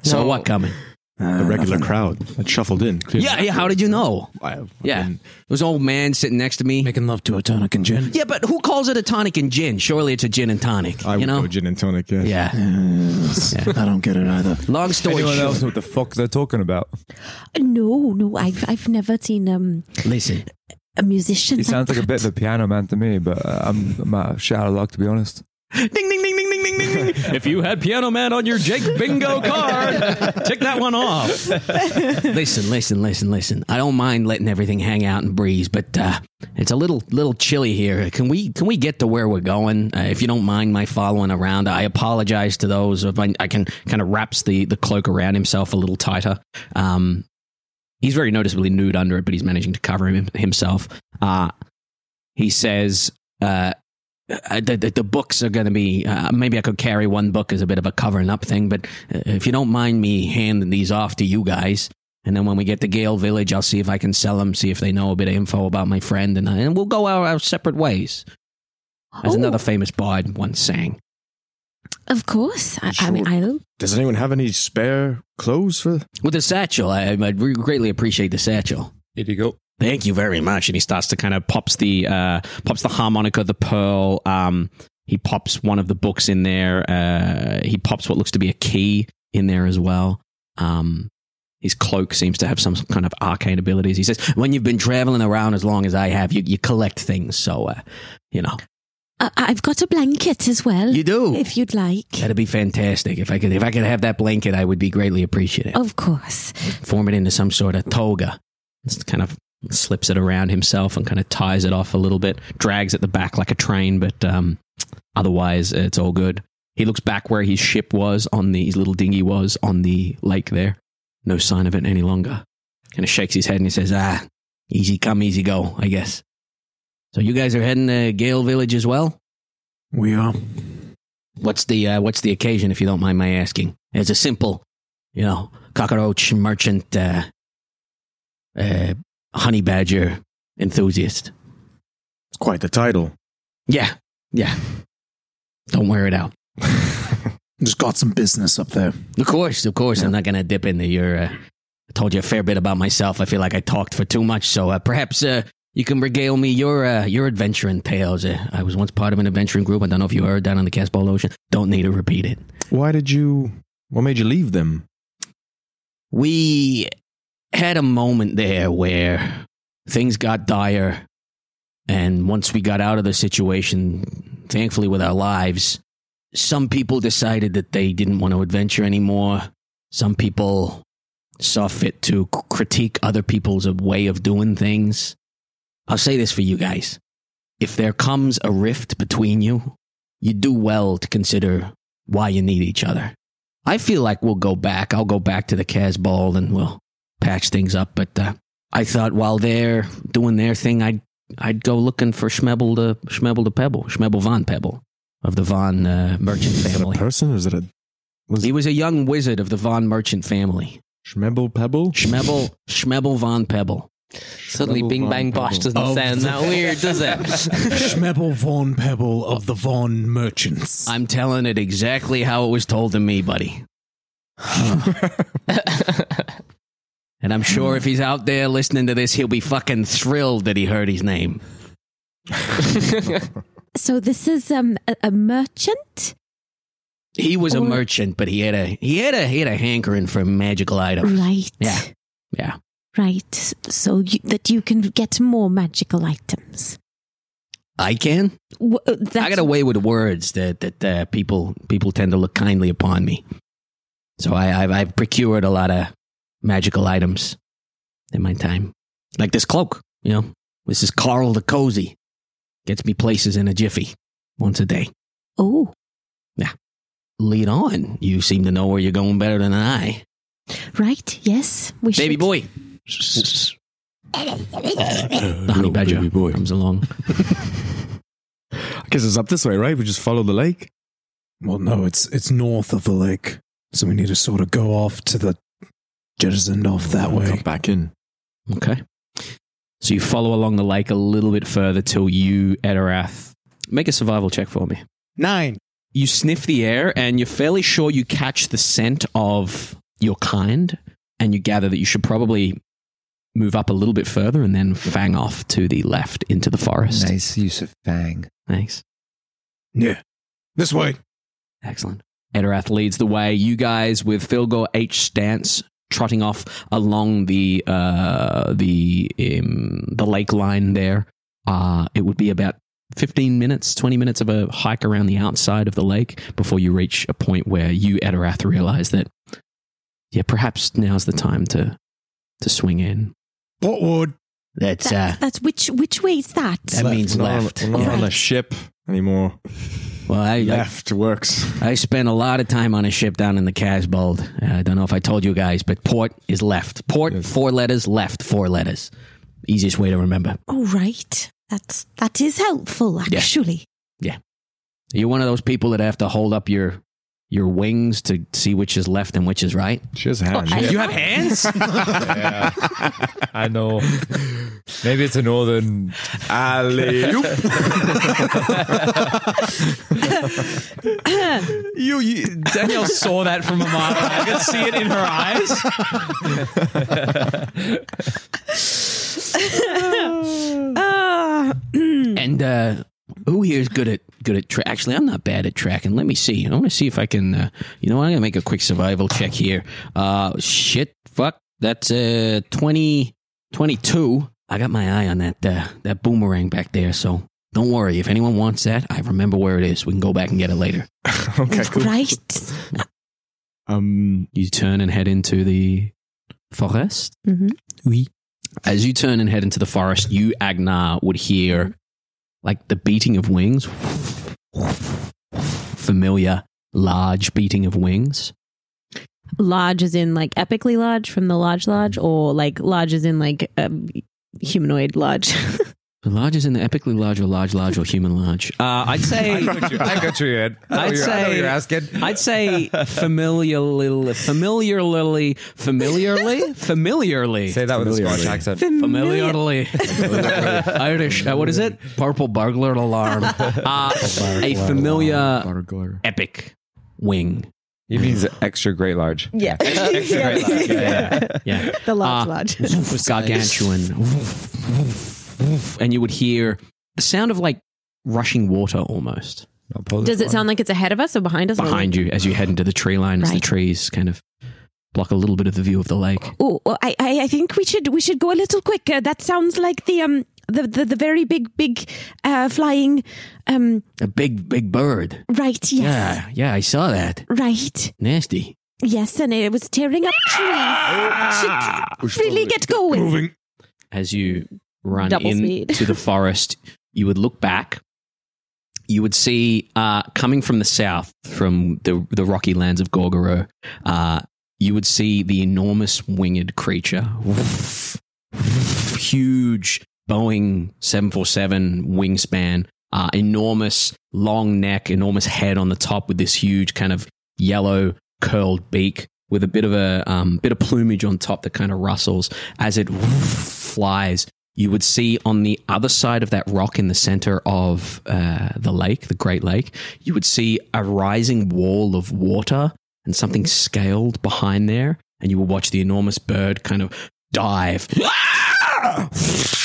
B: So
C: No.
B: what coming?
D: The regular crowd that shuffled in.
B: Yeah, yeah. How did you know?
D: I-
B: Yeah, there was an old man sitting next to me.
F: Uh, Making love to a tonic and gin.
B: Yeah, but who calls it a tonic and gin? Surely it's a gin and tonic.
D: I would
B: you know?
D: go gin and tonic. Yeah.
B: Yeah.
F: I don't get it either.
B: Long story
G: Anyone
B: short,
G: else know what the fuck they're talking about?
H: No, no, I've I've never seen um
B: listen,
H: a musician.
G: He sounds like a bit of a piano man to me, but uh, I'm, I'm out of shit out of luck to be honest.
I: If you had Piano Man on your Jake Bingo card, tick that one off.
B: listen, listen, listen, listen. I don't mind letting everything hang out and breeze, but uh, it's a little little chilly here. Can we can we get to where we're going? Uh, if you don't mind my following around, I apologize to those. If I, I can kind of wraps the the cloak around himself a little tighter. Um, he's very noticeably nude under it, but he's managing to cover him, himself. Uh, he says. Uh, uh, the, the, the books are going to be uh, maybe I could carry one book as a bit of a covering up thing, but uh, if you don't mind me handing these off to you guys, and then when we get to Gale Village, I'll see if I can sell them, see if they know a bit of info about my friend, and, I, and we'll go our, our separate ways. As
H: Oh,
B: another famous bard once sang.
H: Of course. I, I mean,
D: Sure.
H: I'll
D: Does anyone have any spare clothes for?
B: With the satchel, I, I greatly appreciate the satchel.
G: Here you go.
I: Thank you very much. And he starts to kind of pops the uh, pops the harmonica, the pearl. Um, he pops one of the books in there. Uh, he pops what looks to be a key in there as well. Um, his cloak seems to have some kind of arcane abilities. He says,
B: When you've been traveling around as long as I have, you, you collect things, so, uh, you know.
H: I, I've got a blanket as well.
B: You do.
H: if you'd like.
B: That'd be fantastic. If I could, if I could have that blanket, I would be greatly appreciative.
H: Of course.
B: Form it into some sort of toga.
I: just kind of slips it around himself and kind of ties it off a little bit, drags at the back like a train, but um, otherwise it's all good. He looks back where his ship was on the his little dinghy was on the lake there. No sign of it any longer.
B: Kind of shakes his head and he says, "Ah, easy come, easy go, I guess." So you guys are heading to Gale Village as well.
F: We are.
B: What's the uh, What's the occasion, if you don't mind my asking? It's a simple, you know, cockroach merchant, uh, uh, honey badger enthusiast.
D: It's quite the title.
B: Yeah, yeah. Don't wear it out.
F: Just got some business up there.
B: Of course, of course. I'm not going to dip into your. Uh, I told you a fair bit about myself. I feel like I talked for too much, so uh, perhaps uh, you can regale me your uh, your adventuring tales. Uh, I was once part of an adventuring group. I don't know if you heard that on the Caspal Ocean. Don't need to repeat it.
D: Why did you? What made you leave them?
B: We had a moment there where things got dire. And once we got out of the situation, thankfully with our lives, some people decided that they didn't want to adventure anymore. Some people saw fit to c- critique other people's way of doing things. I'll say this for you guys. If there comes a rift between you, you do well to consider why you need each other. I feel like we'll go back. I'll go back to the Cas Ball and we'll patch things up. But uh, I thought while they're doing their thing, I'd I'd go looking for Schmebel to Schmebel to Pebble, Schmebel von Pebble of the von uh, merchant family.
D: person or is it a
B: He was a young wizard of the von merchant family.
D: Schmebble Pebble?
B: Schmebel Schmebel von Pebble.
C: Suddenly,
D: Trouble
C: Bing
D: Von
C: Bang Bosh
D: Pebble.
C: doesn't sound that weird, does it?
F: Schmebel Von Pebble of the Von Merchants.
B: I'm telling it exactly how it was told to me, buddy. and I'm sure if he's out there listening to this, he'll be fucking thrilled that he heard his name.
H: So this is um, a, a merchant?
B: He was a
H: Or-
B: merchant, but he had a he had a he had a hankering for magical items.
H: Right.
B: Yeah. Yeah.
H: Right. So you, that you can get more magical items.
B: I can.
H: W- uh, that's,
B: I got a way with words that that uh, people people tend to look kindly upon me. So I, I've I've procured a lot of magical items in my time, like this cloak. You know, this is Carl the Cozy. Gets me places in a jiffy once a day.
H: Oh,
B: Lead on. You seem to know where you're going better than I,
H: right. Yes. We
B: baby
H: should.
B: boy. The honey badger comes along.
D: I guess it's up this way, right? We just follow the lake.
F: well, no, it's it's north of the lake, so we need to sort of go off to the jettisoned off that
D: Come
F: way.
D: back in.
J: Okay. So you follow along the lake a little bit further till you, Edirath, make a survival check for me.
F: Nine.
J: You sniff the air and you're fairly sure you catch the scent of your kind, and you gather that you should probably move up a little bit further and then fang off to the left into the forest.
G: Nice use of fang.
J: Thanks.
F: Yeah, this way.
J: Excellent. Edirath leads the way. You guys with Philgor H stance trotting off along the uh, the um, the lake line there. Uh, it would be about fifteen minutes, twenty minutes of a hike around the outside of the lake before you reach a point where you Edirath realize that yeah, perhaps now's the time to to swing in.
F: What would?
B: That's
H: That,
B: uh,
H: that's which which way is that?
B: that means
D: We're not on-
B: left.
D: we're not on
H: Yeah.
D: a ship anymore.
B: well, I, I
D: Left works.
B: I spent a lot of time on a ship down in the Casbold. Uh, I don't know if I told you guys, but port is left. Port,
D: Yes.
B: four letters, left, four letters. Easiest way to remember.
H: Oh, right. That's that is helpful actually.
B: You're one of those people that have to hold up your your wings to see which is left and which is right.
D: She has a hand.
F: Oh,
H: I-
B: You have hands?
G: Yeah. I know. Maybe it's a northern.
D: Alley.
J: You, you Danielle saw that from a mile away. I could see it in her eyes.
H: Ah,
B: and uh, who here is good at good at tra- actually I'm not bad at tracking. Let me see. I want to see if I can uh, you know what? I'm going to make a quick survival check here. Uh shit, fuck. That's uh 20 22. I got my eye on that uh, that boomerang back there, so don't worry. If anyone wants that, I remember where it is. We can go back and get it later.
D: okay, cool.
H: right.
D: Um,
J: You turn and head into the forest.
K: Mm-hmm.
J: As you turn and head into the forest, you, Agnar, would hear like the beating of wings. Familiar, large beating of wings.
K: Large as in like epically large from the large lodge, or like large as in like um, humanoid large.
J: The large is in the epically large or large, large or human large. Uh, I'd say.
G: got you. I got you, Ed. I know
J: I'd
G: what you're- I know what
J: say-
G: you're asking.
J: I'd say familiarly, familiarly, familiarly, familiarly,
G: Say that with a
D: Familiarly.
G: Scottish accent.
J: familiarly. Irish. Uh, what is it? Purple burglar alarm. Uh, a familiar
D: Burglar.
J: epic wing.
G: He means extra great large.
K: yeah.
G: Extra great large. Yeah, yeah.
J: Yeah.
K: The large
J: Uh,
K: lodge.
J: was gargantuan. Woof, woof, woof. and you would hear the sound of like rushing water almost
G: I'll pull
K: Does
G: this
K: it sound like it's ahead of us or behind us? or-
J: behind you as you head into the tree line as the
H: Right.
J: trees kind of block a little bit of the view of the lake.
H: Oh, I, I I think we should we should go a little quicker. That Uh, sounds like the um the, the, the very big, big uh, flying. Um,
L: A big, big bird.
H: right, yes.
L: Yeah, yeah, I saw that.
H: Right.
L: Nasty.
H: Yes, and it was tearing up trees. Should really get going.
B: as you run
E: Double
B: into
E: speed.
B: the forest, you would look back. You would see uh, coming from the south, from the the rocky lands of Gorgoro, uh, you would see the enormous winged creature, huge Boeing seven four seven wingspan, uh, enormous long neck, enormous head on the top with this huge kind of yellow curled beak with a bit of a um, bit of plumage on top that kind of rustles as it flies. You would see on the other side of that rock in the center of uh, the lake, the Great Lake, you would see a rising wall of water and something scaled behind there. And you would watch the enormous bird kind of dive.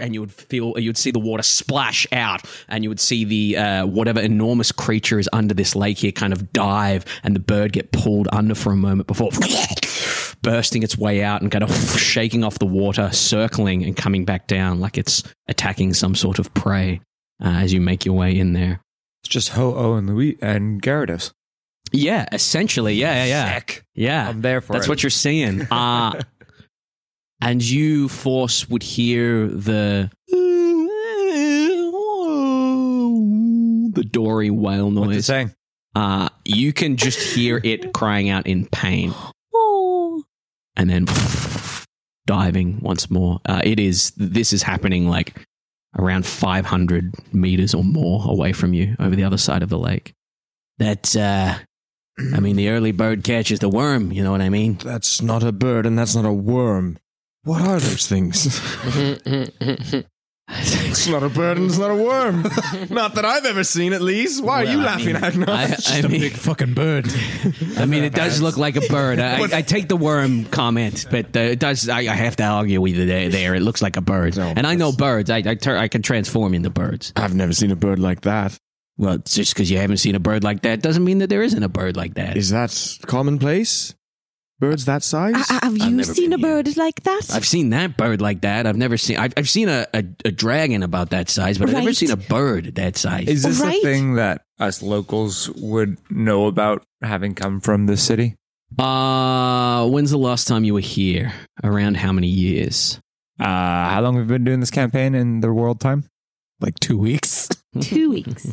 B: And you would feel, you'd see the water splash out, and you would see the uh, whatever enormous creature is under this lake here kind of dive, and the bird get pulled under for a moment before bursting its way out and kind of shaking off the water, circling and coming back down like it's attacking some sort of prey uh, as you make your way in there.
G: It's just Ho Oh and Louis and Gyarados.
B: Yeah, essentially. Yeah, yeah, yeah.
G: Heck,
B: Yeah.
G: I'm there for
B: That's
G: it.
B: what you're seeing. Uh, and you, Force, would hear the the dory whale
G: What's it
B: noise.
G: saying?
B: Uh, you can just hear it crying out in pain,
H: Oh,
B: and then diving once more. Uh, it is. This is happening like around 500 meters or more away from you, over the other side of the lake.
L: That, uh, I mean, the early bird catches the worm, you know what I mean?
D: That's not a bird and that's not a worm. What are those things? it's not a bird and it's not a worm. not that I've ever seen, at least. Why are you
L: Well, I
D: laughing
L: mean,
D: at now?
L: I-
D: It's
L: I
D: just a
L: mean-
D: big fucking bird.
L: I mean, it does look like a bird. I, I take the worm comment, but uh, it does. I, I have to argue with you there. there. It looks like a bird,
D: No,
L: and I know birds. I I, tur I can transform into birds.
D: I've never seen a bird like that.
L: Well, just because you haven't seen a bird like that doesn't mean that there isn't a bird like that.
D: Is that commonplace? Birds that size?
H: ha- have
L: I've
H: you
L: never
H: seen a
L: been here.
H: bird like that?
L: I've seen that bird like that. I've never seen. I've, I've seen a, a, a dragon about that size, but I've never
H: Right.
L: seen a bird that size.
G: Is this
H: Right.
G: a thing that us locals would know about having come from this city?
B: Uh, when's the last time you were here? Around how many years?
G: Uh, how long have we been doing this campaign in the world time?
F: like two weeks.
E: Two weeks.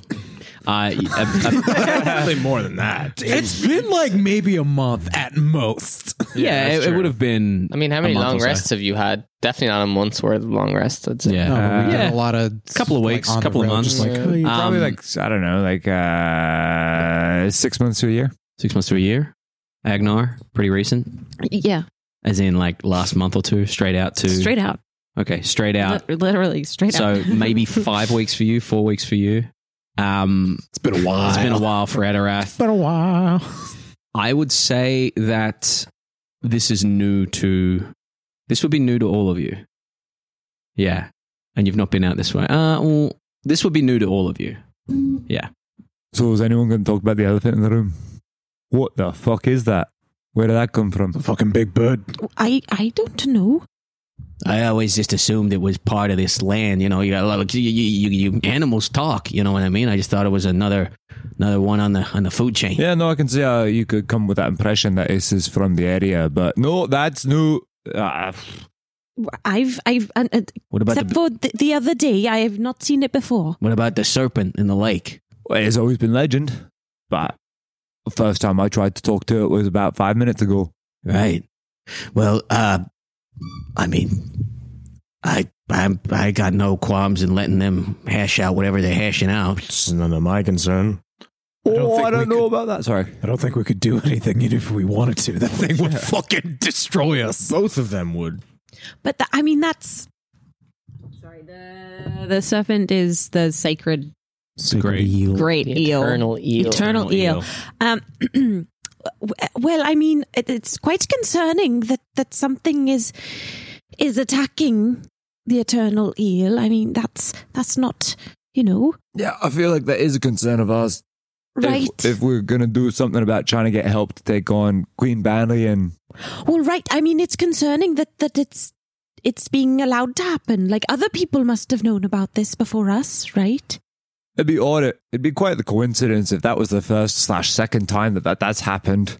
B: Uh, y- a- a-
D: Probably more than that.
F: It's been like maybe a month at most.
B: Uh, yeah,
G: that's
B: it, it
G: true.
B: would have been.
C: I mean, how many
B: month
C: long
B: or so.
C: rests have you had? Definitely not a month's worth of long rests. I'd say.
B: Yeah.
F: No, but we
B: Yeah.
F: did a lot of
B: Couple of weeks,
F: on the
B: couple of
F: road, just
C: months.
F: like,
C: Yeah.
F: hey,
G: Probably
B: Um,
G: like I don't know, like uh, six months to a year.
B: six months to a year. Agnar, pretty recent,
E: Yeah.
B: as in like last month or two, straight out to
E: Straight out.
B: Okay, straight out.
E: Li- Literally straight
B: so
E: out.
B: maybe five weeks for you, four weeks for you. Um,
F: it's been a while.
B: it's been a while for Adarath.
F: Been a while.
B: I would say that this is new to this would be new to all of you. Yeah. And you've not been out this way. Uh well, this would be new to all of you.
G: So is anyone going to talk about the elephant in the room? What the fuck is that? Where did that come from?
D: fucking big bird.
H: I, I don't know.
L: I always just assumed it was part of this land. You know, you got a lot of you, you, you, you animals talk. You know what I mean? I just thought it was another another one on the on the food chain.
G: Yeah, no, I can see how you could come with that impression that this is from the area, but no, that's new. Ah,
H: I've, I've, uh, uh,
L: What about
H: except
L: the,
H: for the, the other day, I have not seen it before.
L: what about the serpent in the lake?
G: well, it's always been legend, but the first time I tried to talk to it was about five minutes ago.
L: Right. Well, uh, I mean, I I I got no qualms in letting them hash out whatever they're hashing out.
D: It's none of my concern.
F: I don't
G: oh,
F: think
G: I
F: we
G: don't know
F: could-
G: about that. Sorry.
F: I don't think we could do anything even if we wanted to. That thing would fucking destroy us.
D: Both of them would.
H: But tha- I mean, that's
E: Sorry. The, the serpent is the sacred
B: Great.
E: great
C: The
E: eel.
C: Eternal eel.
E: Eternal eel.
H: Um, w- well, I mean, it, it's quite concerning that that something is is attacking the eternal eel. I mean, that's that's not you know
G: Yeah, I feel like that is a concern of ours.
H: right.
G: If, if we're going to do something about trying to get help to take on Queen Banley and
H: well, right. I mean, it's concerning that that it's it's being allowed to happen. Like other people must have known about this before us, right?
G: It'd be odd. It'd be quite the coincidence if that was the first slash second time that, that that's happened.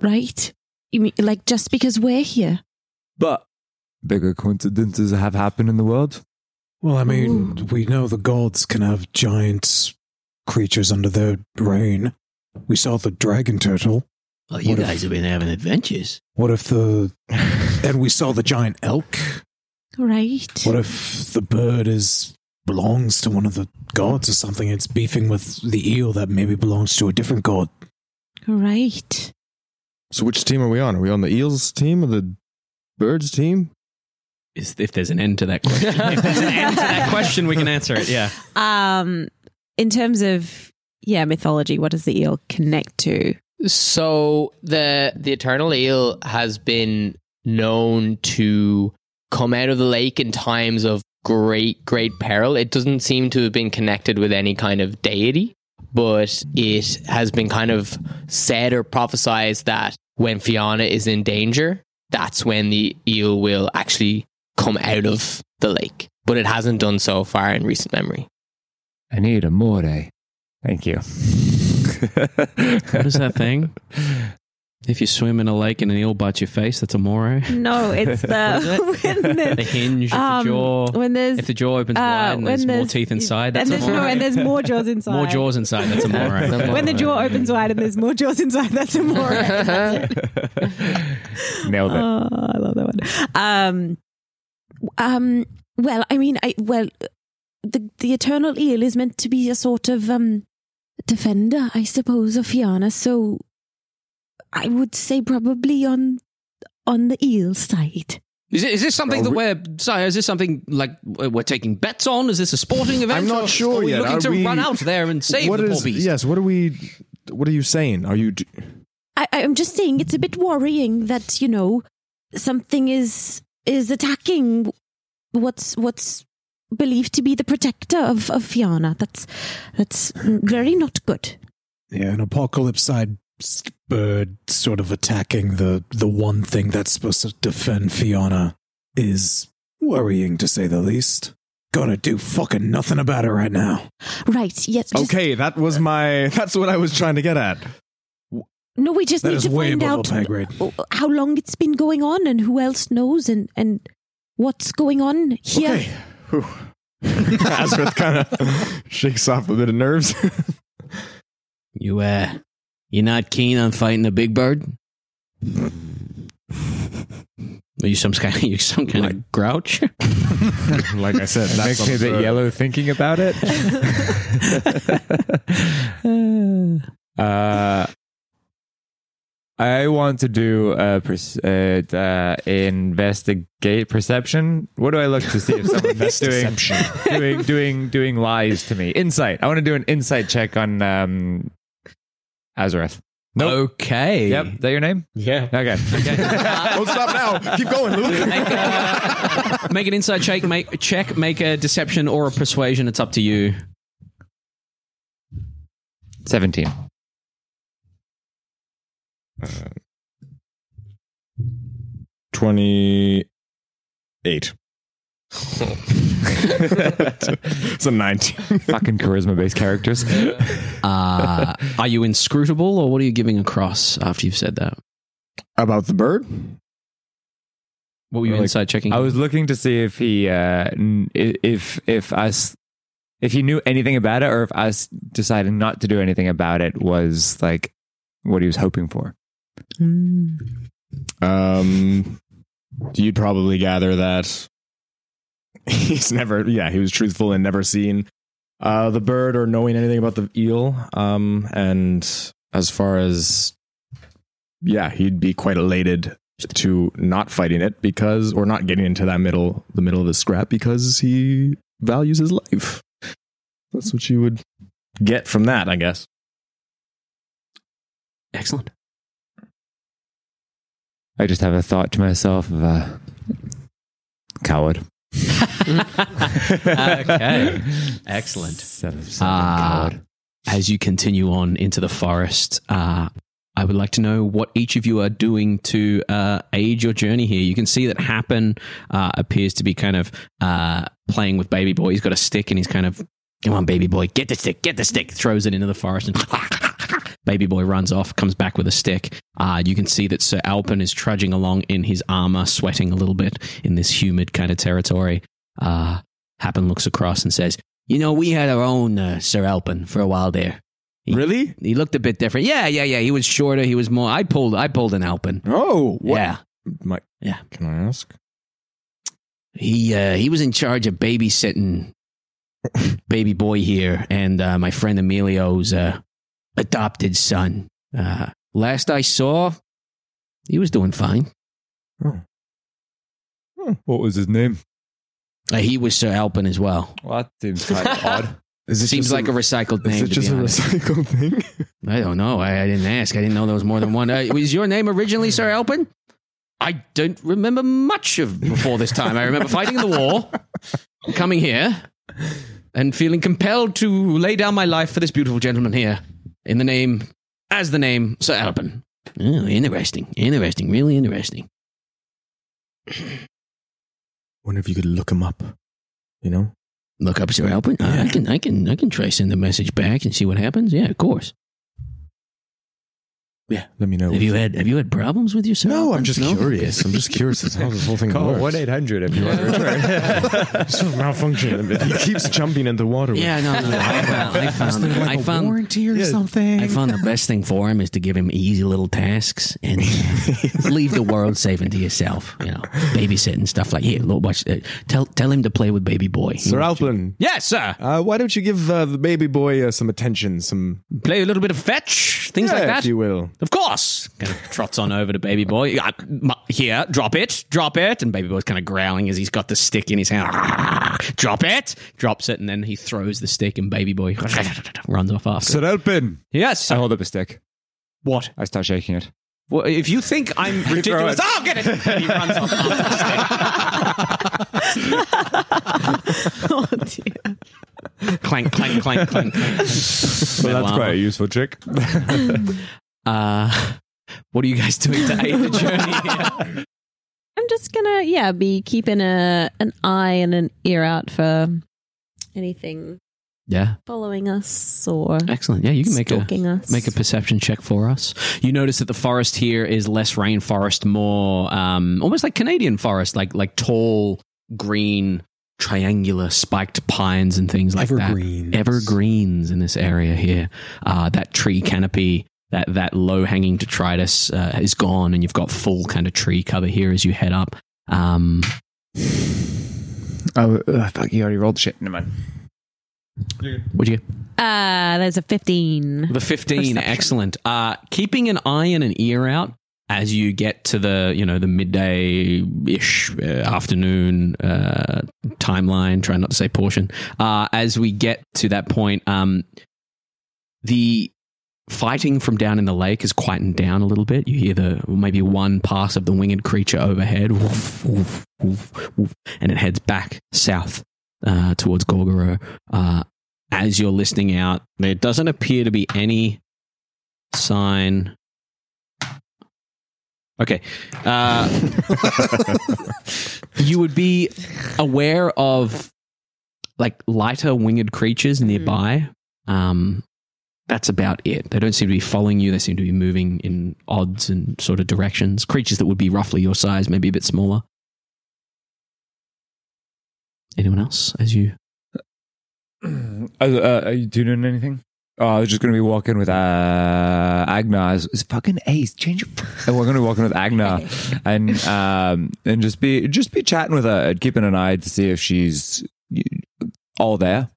H: Right? You mean, like just because we're here.
G: But bigger coincidences have happened in the world.
M: Well, I mean, we know the gods can have giant creatures under their reign. We saw the dragon turtle.
L: Well, you
M: What if-
L: guys have been having adventures.
M: What if the. and we saw the giant elk.
H: Right.
M: What if the bird is. belongs to one of the gods or something? It's beefing with the eel that maybe belongs to a different god.
H: Right.
D: So which team are we on? Are we on the eels team or the birds team?
B: Is, if there's an end to that question, if there's an end to that question, we can answer it. Yeah.
E: Um, in terms of yeah, mythology, what does the eel connect to?
C: So the the eternal eel has been known to come out of the lake in times of great great peril. It doesn't seem to have been connected with any kind of deity, but it has been kind of said or prophesized that when Fiona is in danger, that's when the eel will actually come out of the lake. But it hasn't done so far in recent memory.
G: I need a more day. Thank you.
B: What is that thing? If you swim in a lake and an eel bites your face, that's a moray.
E: No, it's the when
B: The
E: the,
B: hinge, of
E: um,
B: the jaw.
E: when there's
B: If the jaw opens
E: uh,
B: wide and
E: when
B: there's, more
E: there's-
B: teeth inside, that's
E: and
B: a
E: there's, no,
B: moray.
E: and there's more jaws inside.
B: more jaws inside, that's a moray.
E: When the jaw opens wide and there's more jaws inside, that's a more.
G: Nailed
L: Uh,
G: it.
E: Oh, I love that one.
H: Um um well, I mean I well the the eternal eel is meant to be a sort of um defender, I suppose, of Fiona, so I would say probably on on the eel side.
L: Is, it, is this something that we're sorry? Is this something like we're taking bets on? Is this a sporting event?
D: not
L: Or
D: sure
L: Are we
D: yet.
L: looking
D: Are
L: to
D: we-
L: run out there and save
D: What
L: the
D: is-
L: poor beast?
D: Yes, what are we what are you saying? Are you d-
H: I, I'm just saying it's a bit worrying that you know something is is attacking what's what's believed to be the protector of of Fiona. That's that's very not good.
M: Yeah, an apocalypse side s- bird sort of attacking the the one thing that's supposed to defend Fiona is worrying to say the least. Gonna do fucking nothing about it right now.
H: Right? Yes. just-
D: Okay, that was my that's what I was trying to get at.
H: No, we just
M: That
H: need
M: is
H: to
M: way
H: find
M: above
H: out
M: a pay grade.
H: how long it's been going on and who else knows and and what's going on here.
D: Okay. Whew. Azrith kind of shakes off a bit of nerves.
L: You uh, you not keen on fighting the big bird? Are you some kind? You some kind of grouch?
D: like I said,
G: That
D: that's
G: makes me a bit yellow thinking about it. uh, I want to do a pers- uh, uh, investigate perception. What do I look to see if someone's doing, doing doing doing lies to me? Insight. I want to do an insight check on um, Azareth. Nope.
B: Okay.
G: Yep. Is that your name?
B: Yeah.
G: Okay.
D: Don't stop now. Keep going, Luke.
B: Make, uh, make an inside check, make check, make a deception or a persuasion. It's up to you.
G: Seventeen.
D: Twenty-eight. it's a nineteen.
G: Fucking charisma based characters.
B: Uh, are you inscrutable, or what are you giving across after you've said that?
D: About the bird?
B: What were you
G: Like,
B: inside checking?
G: I was looking to see if he, uh, n- i- if if us, if he knew anything about it, or if us deciding not to do anything about it was like what he was hoping for.
D: Um, you'd probably gather that he's never, yeah, he was truthful and never seen uh, the bird or knowing anything about the eel. Um, and as far as, yeah, he'd be quite elated to not fighting it because, or not getting into that middle, the middle of the scrap because he values his life. That's what you would get from that, I guess.
B: Excellent.
G: I just have a thought to myself of a coward.
B: Okay. Excellent.
G: Son of a
B: Ah.
G: coward.
B: As you continue on into the forest, uh, I would like to know what each of you are doing to uh, aid your journey here. You can see that Happen uh, appears to be kind of uh, playing with Baby Boy. He's got a stick and he's kind of, come on, Baby Boy, get the stick, get the stick, throws it into the forest and. Baby Boy runs off, comes back with a stick. Uh, you can see that Sir Alpin is trudging along in his armor, sweating a little bit in this humid kind of territory. Uh, Happen looks across and says,
L: You know, we had our own uh, Sir Alpin for a while there.
D: Really?
L: He looked a bit different. Yeah, yeah, yeah. He was shorter. He was more. I pulled. I pulled an Alpin.
D: Oh, what?
L: Yeah.
D: My,
L: Yeah.
D: Can I ask?
L: He uh, he was in charge of babysitting baby boy here and uh, my friend Emilio's uh, adopted son. Uh, last I saw, he was doing fine.
G: Oh. Hmm. What was his name?
L: Uh, he was Sir Alpin as well.
G: Well, that seems kind of odd.
D: Is it
L: Seems
D: just
L: like a, recycled
D: Is
L: name.
D: it
L: to
D: just
L: be
D: a
L: honest.
D: recycled thing?
L: I don't know. I, I didn't ask. I didn't know there was more than one. Uh, was your name originally Sir Alpin? I don't remember much of before this time. I remember fighting in the war, coming here, and feeling compelled to lay down my life for this beautiful gentleman here in the name, as the name Sir Alpin. Oh, interesting. Interesting. Really interesting.
D: Wonder if you could look him up. You know?
L: Look up Sir Alpin. Uh, I can, I can, I can try send the message back and see what happens. Yeah, of course.
D: Yeah. Let me know.
L: Have you had, have you had problems with your Sir
D: no, I'm
L: Alpin?
D: just curious. I'm just curious. That's how this whole thing
G: Call
D: works.
G: one eight hundred if you want to return.
D: Sort of malfunction. He keeps jumping into water.
L: Yeah, no, no. no. I found, I
F: Is
L: found,
F: there like
L: I
F: a
L: found
F: warranty or something?
L: I found the best thing for him is to give him easy little tasks and leave the world saving to yourself. You know, babysitting stuff like here. Look, watch. Uh, tell tell him to play with baby boy.
D: Sir Alpin,
L: Yes, sir.
D: uh, why don't you give uh, the baby boy uh, some attention, some
B: play a little bit of fetch, things
D: Yeah,
B: like that.
D: if you will.
B: Of course. Kind of trots on over to Baby Boy. "Yeah, m- Here, drop it, drop it. And Baby Boy's kind of growling as he's got the stick in his hand. Drop it, drops it, and then he throws the stick, and Baby Boy runs off after.
G: Sir Alpin.
B: yes.
G: I hold up a stick.
B: what?
G: I start shaking it.
B: Well, if you think I'm ridiculous, I'll get it. And he runs off after the stick.
E: oh dear.
B: clank, clank, clank, clank, clank.
G: Well,
B: Metal
G: that's
B: armor.
G: quite a useful trick.
B: Uh, what are you guys doing to aid the journey? here?
E: I'm just gonna yeah be keeping a an eye and an ear out for anything
B: Yeah,
E: following us or
B: excellent. Yeah, you can make a
E: stalking us.
B: Make a perception check for us. You notice that the forest here is less rainforest, more um, almost like Canadian forest, like like tall, green, triangular, spiked pines and things like
F: Evergreens.
B: that. Evergreens in this area here. Uh, that tree canopy, that that low hanging detritus uh, is gone, and you've got full kind of tree cover here as you head up. Um,
G: Oh, uh, fuck! You already rolled shit. Never mind.
B: would you?
H: Ah,
E: uh, there's a fifteen.
B: The 15,
E: Perception.
B: excellent. Uh, keeping an eye and an ear out as you get to the, you know, the midday-ish uh, afternoon uh, timeline, trying not to say portion. Uh, as we get to that point, um, the fighting from down in the lake is quietened down a little bit. You hear the maybe one pass of the winged creature overhead, woof, woof, woof, woof, and it heads back south uh, towards Gorgoro. Uh, as you're listening out, there doesn't appear to be any sign. Okay. Uh, you would be aware of like lighter winged creatures nearby. Um, that's about it. They don't seem to be following you. They seem to be moving in odds and sort of directions. Creatures that would be roughly your size, maybe a bit smaller. Anyone else as you
G: Uh, uh, are you doing anything? Oh, I was just going to be walking with uh, Agna. It's, it's fucking Ace. Change your. And we're going to be walking with Agna, and um, and just be just be chatting with her, and keeping an eye to see if she's all there.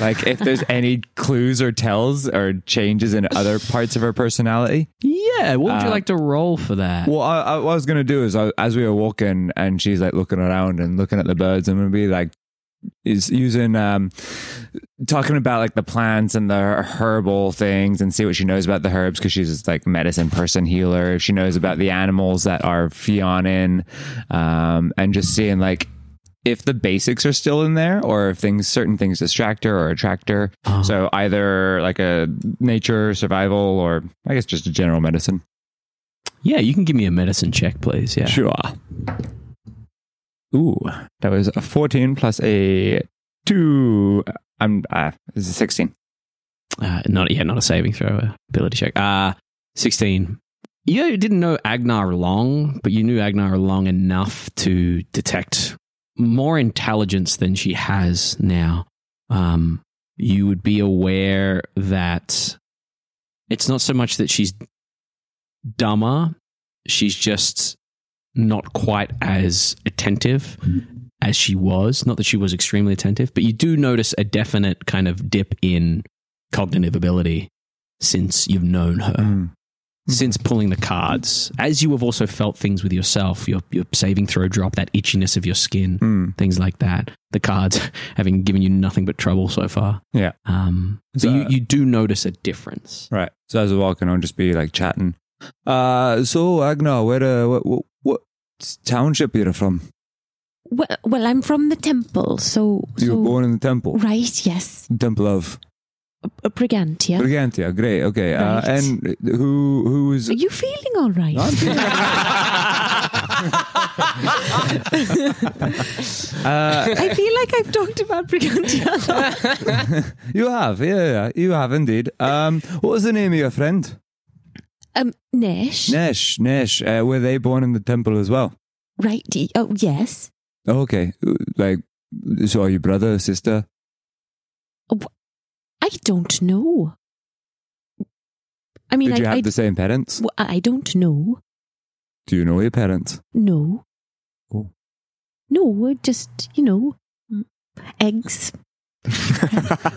G: Like if there's any clues or tells or changes in other parts of her personality.
B: Yeah, what would you
G: Uh,
B: like to roll for that?
G: Well, I, I, what I was going to do is I, as we were walking and she's like looking around and looking at the birds, I'm going to be like, is using, um, talking about like the plants and the herbal things and see what she knows about the herbs because she's like medicine person healer. If she knows about the animals that are Fionn in, um, and just seeing like, if the basics are still in there or if things certain things distract her or attract her.
L: Oh.
G: So either like a nature, survival, or I guess just a general medicine.
B: Yeah, you can give me a medicine check, please. Yeah.
G: Sure. Ooh, that was a 14 plus a 2. I'm uh, this is 16.
B: Uh, not yeah, not a saving throw, a ability check. Uh sixteen. You didn't know Agnar long, but you knew Agnar long enough to detect more intelligence than she has now. Um, you would be aware that it's not so much that she's dumber; she's just not quite as attentive as she was. Not that she was extremely attentive, but you do notice a definite kind of dip in cognitive ability since you've known her,
G: Mm-hmm.
B: since pulling the cards. As you have also felt things with yourself, your, your saving throw drop, that itchiness of your skin,
G: Mm.
B: things like that. The cards having given you nothing but trouble so far.
G: Yeah.
B: Um, so
G: So-
B: you, you do notice a difference.
G: Right. So as we're walking, I'll just be like chatting. Uh, so Agna, where, uh, what, what, what township you're from?
H: Well, well, I'm from the temple, so,
G: You
H: so
G: were born in the temple.
H: right, yes,
G: Temple of
H: Uh, Brigantia.
G: Brigantia. Great. Okay. Uh,
H: Right.
G: and who who is?
H: Are you feeling all right?
G: I'm feeling- uh,
H: I feel like I've talked about Brigantia. a lot.
G: you have, yeah, yeah, you have indeed. Um, what was the name of your friend?
H: um, Nesh,
G: Nesh. Nesh. Uh, were they born in the temple as well?
H: right? y- Oh, yes.
G: Okay. Like, so are you brother, sister?
H: I don't know. I mean,
G: Did you
H: I,
G: have
H: I,
G: the same parents?
H: w- I don't know.
G: Do you know your parents?
H: No.
G: Oh.
H: No, just, you know, eggs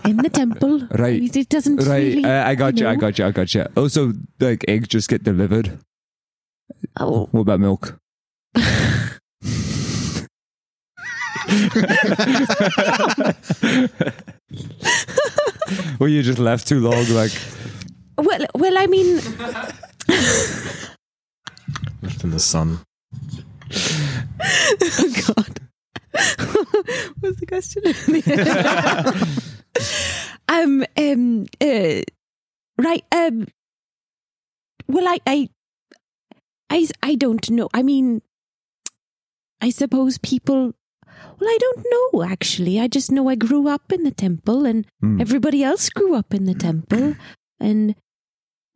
H: in the temple.
G: Right.
H: It- It doesn't
G: Right,
H: really.
G: uh, I got you, I
H: know.
G: got you, I got you. Oh, so like eggs just get delivered.
H: Oh,
G: What about milk? well, you just left too long. Like,
H: well, well, I mean,
D: Left in the sun.
E: Oh God. What's the question?
H: um, um, uh, right, um, well, I, I, I, I don't know. I mean, I suppose people. Well, I don't know actually. I just know I grew up in the temple, and
G: hmm.
H: everybody else grew up in the temple, and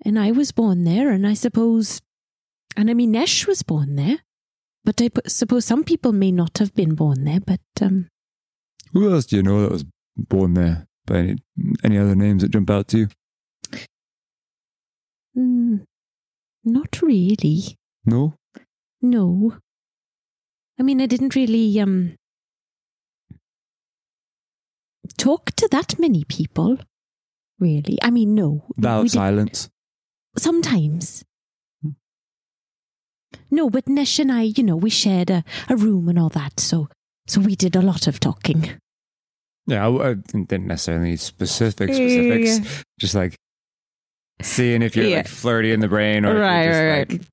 H: and I was born there, and I suppose, and I mean, Nesh was born there, but I p- suppose some people may not have been born there, but um.
G: who else do you know that was born there? By any, any other names that jump out to you?
H: Mm, not really.
G: No.
H: No. I mean, I didn't really um talk to that many people. Really, I mean, no. We-
G: Thou
H: we did-
G: silence.
H: sometimes. No, but Nesh and I, you know, we shared a, a room and all that, so so we did a lot of talking.
G: Yeah, I, I didn't necessarily need specific
E: Yeah, yeah,
G: specifics. Just like seeing if you're
E: Yeah.
G: like flirty in the brain or if you
E: Right,
G: just
E: right, Mm,
G: like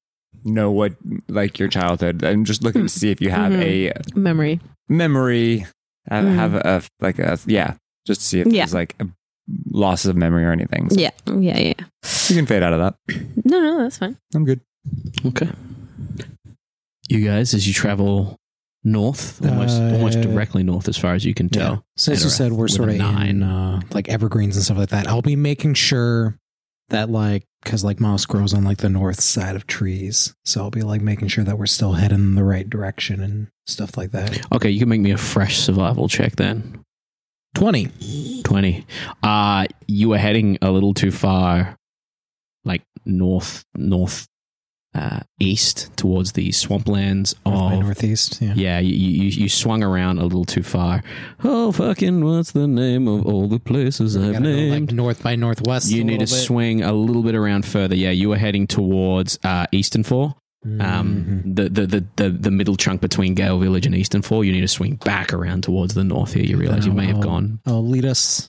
G: know what like your childhood and just looking to see if you have a
E: Memory.
G: memory have,
E: mm-hmm. Mm.
G: have a like a yeah just to see if
E: Yeah.
G: there's like a losses of memory or anything. So
E: Yeah. Yeah. Yeah.
G: You can fade out of that.
E: No,
H: Hmm.
E: no, Oh, that's fine.
G: I'm good.
B: Okay. You guys, as you travel north, almost,
F: Uh,
B: almost directly north as far as you can tell.
F: Since you
B: Edirath
F: said we're
B: with a
F: sort of
B: nine.
F: in uh, like evergreens and stuff like that, I'll be making sure that like because like moss grows on like the north side of trees, so I'll be like making sure that we're still heading in the right direction and stuff like that.
B: Okay, you can make me a fresh survival check then.
F: Twenty.
B: 20 uh you were heading a little too far like north north uh east towards the swamplands
F: North by
B: of
F: northeast. Yeah.
B: Oh. yeah you, you you swung around a little too far oh fucking what's the name of all the places
F: Gotta
B: i've
F: go, like,
B: named
F: north by northwest.
B: you
F: a
B: need to
F: little bit.
B: swing a little bit around further yeah you were heading towards uh eastern four
F: Mm-hmm.
B: um, the, the, the, the, the middle chunk between Gale Village and Eastern Four, you need to swing back around towards the north here. You realize you may have gone
F: Oh, lead us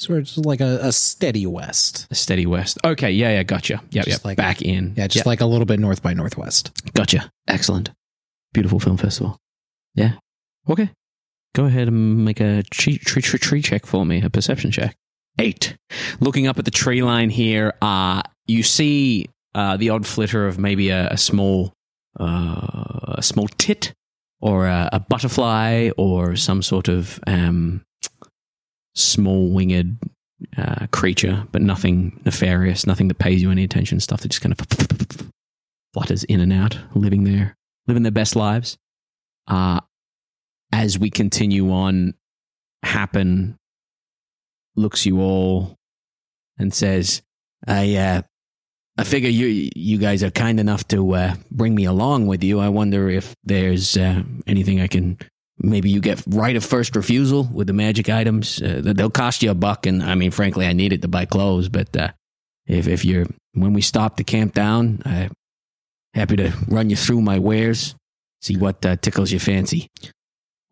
F: sort of just like a, a steady west.
B: A steady west. Okay, yeah, yeah, gotcha. Yep,
F: Just
B: yep.
F: like-
B: Back in.
F: Yeah, just
B: Yep,
F: like a little bit north by northwest.
B: gotcha. Excellent. Beautiful film festival. Yeah. Okay. Go ahead and make a tree, tree, tree, tree check for me, a perception check. Eight. Looking up at the tree line here, uh, you see uh, the odd flitter of maybe a, a small, uh, a small tit, or a, a butterfly, or some sort of um, small winged uh, creature, but nothing nefarious, nothing that pays you any attention. Stuff that just kind of flutters in and out, living their living their best lives. Uh, as we continue on, happen looks you all and says,
L: I uh, I figure you you guys are kind enough to uh, bring me along with you. I wonder if there's uh, anything I can. Maybe you get right of first refusal with the magic items. Uh, they- they'll cost you a buck, and I mean, frankly, I need it to buy clothes. But uh, if if you're when we stop to camp down, i happy to run you through my wares, see what uh, tickles your fancy.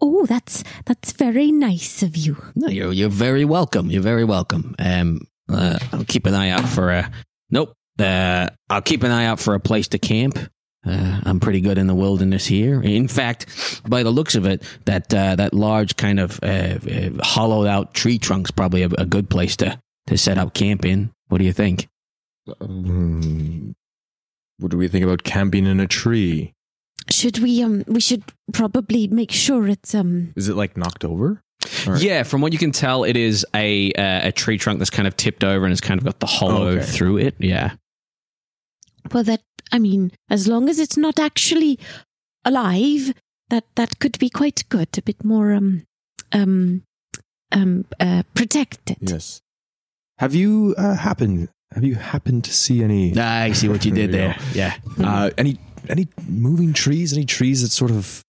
H: Oh, that's that's very nice of you.
L: No, you're you're very welcome. You're very welcome. Um, uh, I'll keep an eye out for a. Nope. Uh, I'll keep an eye out for a place to camp. Uh, I'm pretty good in the wilderness here. In fact, by the looks of it, that uh, that large kind of uh, uh, hollowed out tree trunk's probably a, a good place to to set up camp in. What do you think?
D: Um, what do we think about camping in a tree?
H: Should we um we should probably make sure it's um
D: Is it like knocked over? Or-
B: Yeah, from what you can tell, it is a uh, a tree trunk that's kind of tipped over and has kind of got the hollow
D: Okay.
B: through it. Yeah,
H: well that I mean, as long as it's not actually alive, that that could be quite good. A bit more um um um uh protected.
D: Yes. Have you uh, happened? Have you happened to see any?
L: Ah, I see what you did there. Yeah.
D: Uh, any any moving trees? Any trees that sort of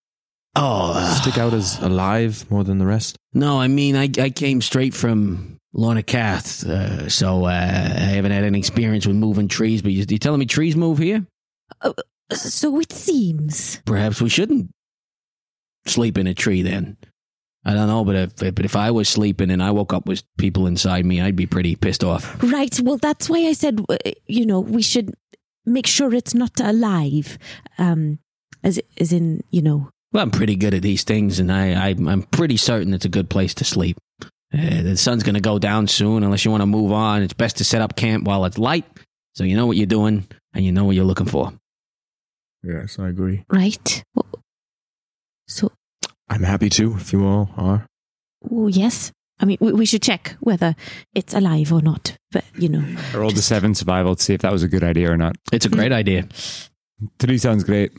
L: Oh, uh,
D: stick out as alive more than the rest?
L: No, I mean, I, I came straight from Lorna Cath, uh, so uh, I haven't had any experience with moving trees. But you, you telling me trees move here?
H: So it seems.
L: Perhaps we shouldn't sleep in a tree then. I don't know, but if, but if I was sleeping and I woke up with people inside me, I'd be pretty pissed off.
H: Right. Well, that's why I said, uh, you know, we should make sure it's not alive. Um, as as in, you know,
L: Well, I'm pretty good at these things, and I, I I'm pretty certain it's a good place to sleep. Uh, the sun's going to go down soon, unless you want to move on. It's best to set up camp while it's light, so you know what you're doing and you know what you're looking for.
D: Yes, I agree.
H: right? Oh, So,
D: I'm happy to if you all are.
H: oh, yes. I mean, we, we should check whether it's alive or not. But you know,
G: I rolled a seven survival to see if that was a good idea or not.
B: it's a great idea.
G: Three sounds great.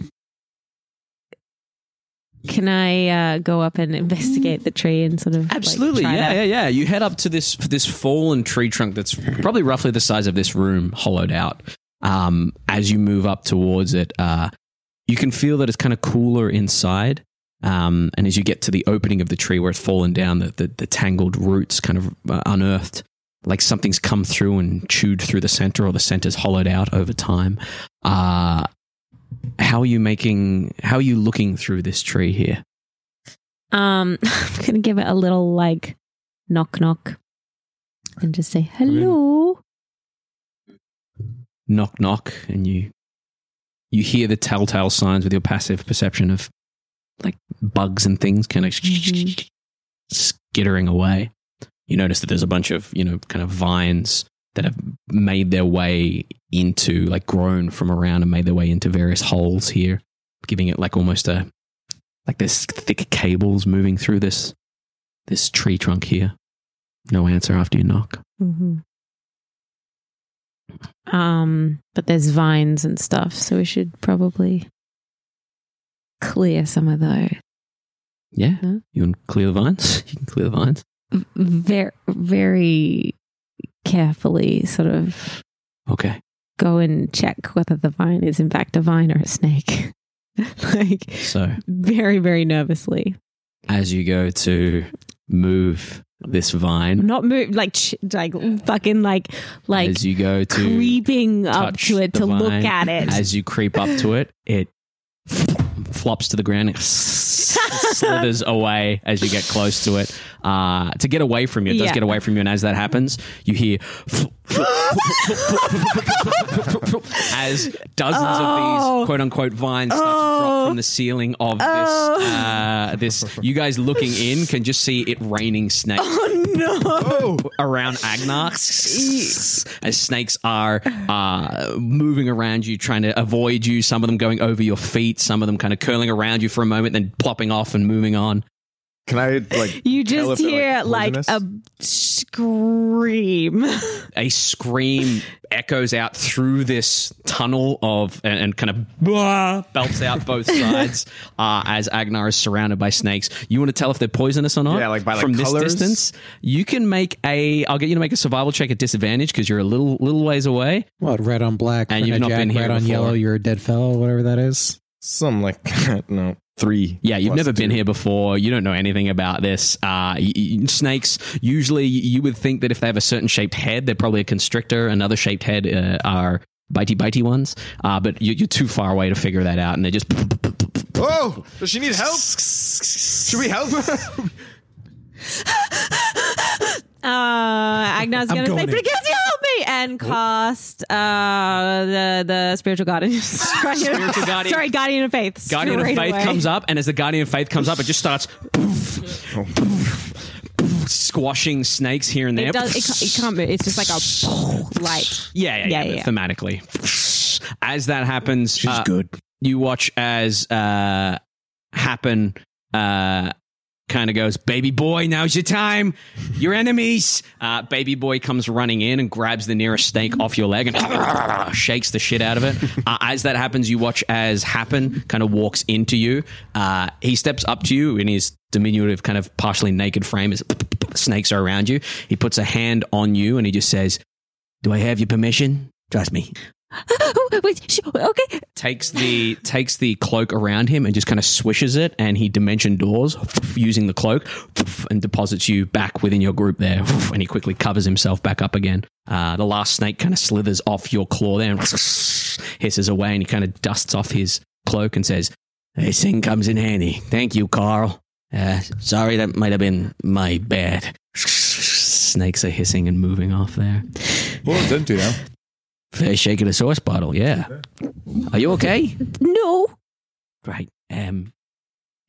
E: Can I uh, go up and investigate the tree and sort of like,
B: Absolutely,
E: try
B: yeah,
E: it out?
B: yeah, yeah. You head up to this this fallen tree trunk that's probably roughly the size of this room, hollowed out. Um, as you move up towards it, uh, you can feel that it's kind of cooler inside. Um, and as you get to the opening of the tree where it's fallen down, the the, the tangled roots kind of uh, unearthed, like something's come through and chewed through the center, or the center's hollowed out over time. Uh, how are you making? How are you looking through this tree here?
E: Um, I'm gonna give it a little like knock knock, and just say hello.
B: knock knock and you you hear the telltale signs with your passive perception of like bugs and things kind of
E: Mhm.
B: skittering away you notice that there's a bunch of you know kind of vines that have made their way into like grown from around and made their way into various holes here giving it like almost a like there's thick cables moving through this this tree trunk here no answer after you knock
E: Mm-hmm. Um, but there's vines and stuff, so we should probably clear some of those.
B: yeah
E: Huh?
B: you can clear the vines you can clear the vines
E: Very, very carefully, sort of
B: okay
E: go and check whether the vine is in fact a vine or a snake. like
B: So,
E: very, very nervously.
B: as you go to move this vine,
E: Not move like ch- like fucking like like
B: as you go to
E: creeping up
B: touch
E: to it
B: the
E: to look
B: vine,
E: at it.
B: as you creep up to it, it flops to the ground and slithers away as you get close to it. Uh, to get away from you, it does
H: Yeah.
B: get away from you, and as that happens, you hear as dozens of
H: Oh.
B: these quote unquote vines start to drop
E: Oh.
B: from the ceiling of this. Uh, this you guys looking in can just see it raining snakes around Agnar as snakes are uh, moving around you, trying to avoid you. Some of them going over your feet, some of them kind of curling around you for a moment, then plopping off and moving on.
D: Can I like?
H: You
D: tell
H: just
D: if they're,
H: hear like,
D: poisonous?
H: a scream. Uh,
B: A scream echoes out through this tunnel of and, and kind of "Bah!" belts out both sides uh, as Agnar is surrounded by snakes. You want to tell if they're poisonous or not?
D: Yeah, like by, like,
B: from
D: colours?
B: this distance, you can make a. I'll get you to make a survival check at disadvantage because you're a little little ways away.
N: What red on black,
B: And
N: red
B: you've
N: on
B: not
N: jack,
B: been here
N: red on
B: before.
N: yellow. You're a dead fellow, whatever that is.
D: Some like no three.
B: Yeah, you've
D: plus
B: never been
D: two.
B: here before. You don't know anything about this. Uh, y- y- snakes, usually you would think that if they have a certain shaped head, they're probably a constrictor. Another shaped head uh, are bitey bitey ones. Uh, but you, you're too far away to figure that out. And they just.
D: Oh, does she need help? Should we help her?
H: Uh, Agnar's gonna say,
F: going in.
H: "Please you help me!" and cast uh, the the spiritual guardian. spiritual
B: guardian.
H: Sorry, guardian of faith.
B: Guardian of
H: Straight
B: Faith
H: away.
B: comes up, and as the Guardian of Faith comes up, it just starts
D: Oh.
B: squashing snakes here and there.
H: It does. It can't, it can't move. It's just like a light.
B: Yeah, yeah, yeah,
H: Yeah, yeah, yeah.
B: thematically. As that happens,
F: She's
B: uh,
F: good.
B: you watch as uh happen uh kind of goes baby boy now's your time your enemies uh baby boy comes running in and grabs the nearest snake off your leg and shakes the shit out of it uh, as that happens you watch as happen kind of walks into you uh he steps up to you in his diminutive kind of partially naked frame as snakes are around you he puts a hand on you and he just says do i have your permission trust me
H: Oh, wait, sh- okay.
B: takes the takes the cloak around him and just kind of swishes it and he dimension doors using the cloak and deposits you back within your group there and he quickly covers himself back up again uh, the last snake kind of slithers off your claw there and hisses away and he kind of dusts off his cloak and says
O: This thing comes in handy. Thank you, Carl. Uh, sorry, that might have been my bad.
B: snakes are hissing and moving off there
G: Well, it's empty now.
O: Fair shake of the sauce bottle, yeah. Are you okay?
H: No,
O: Right. Um,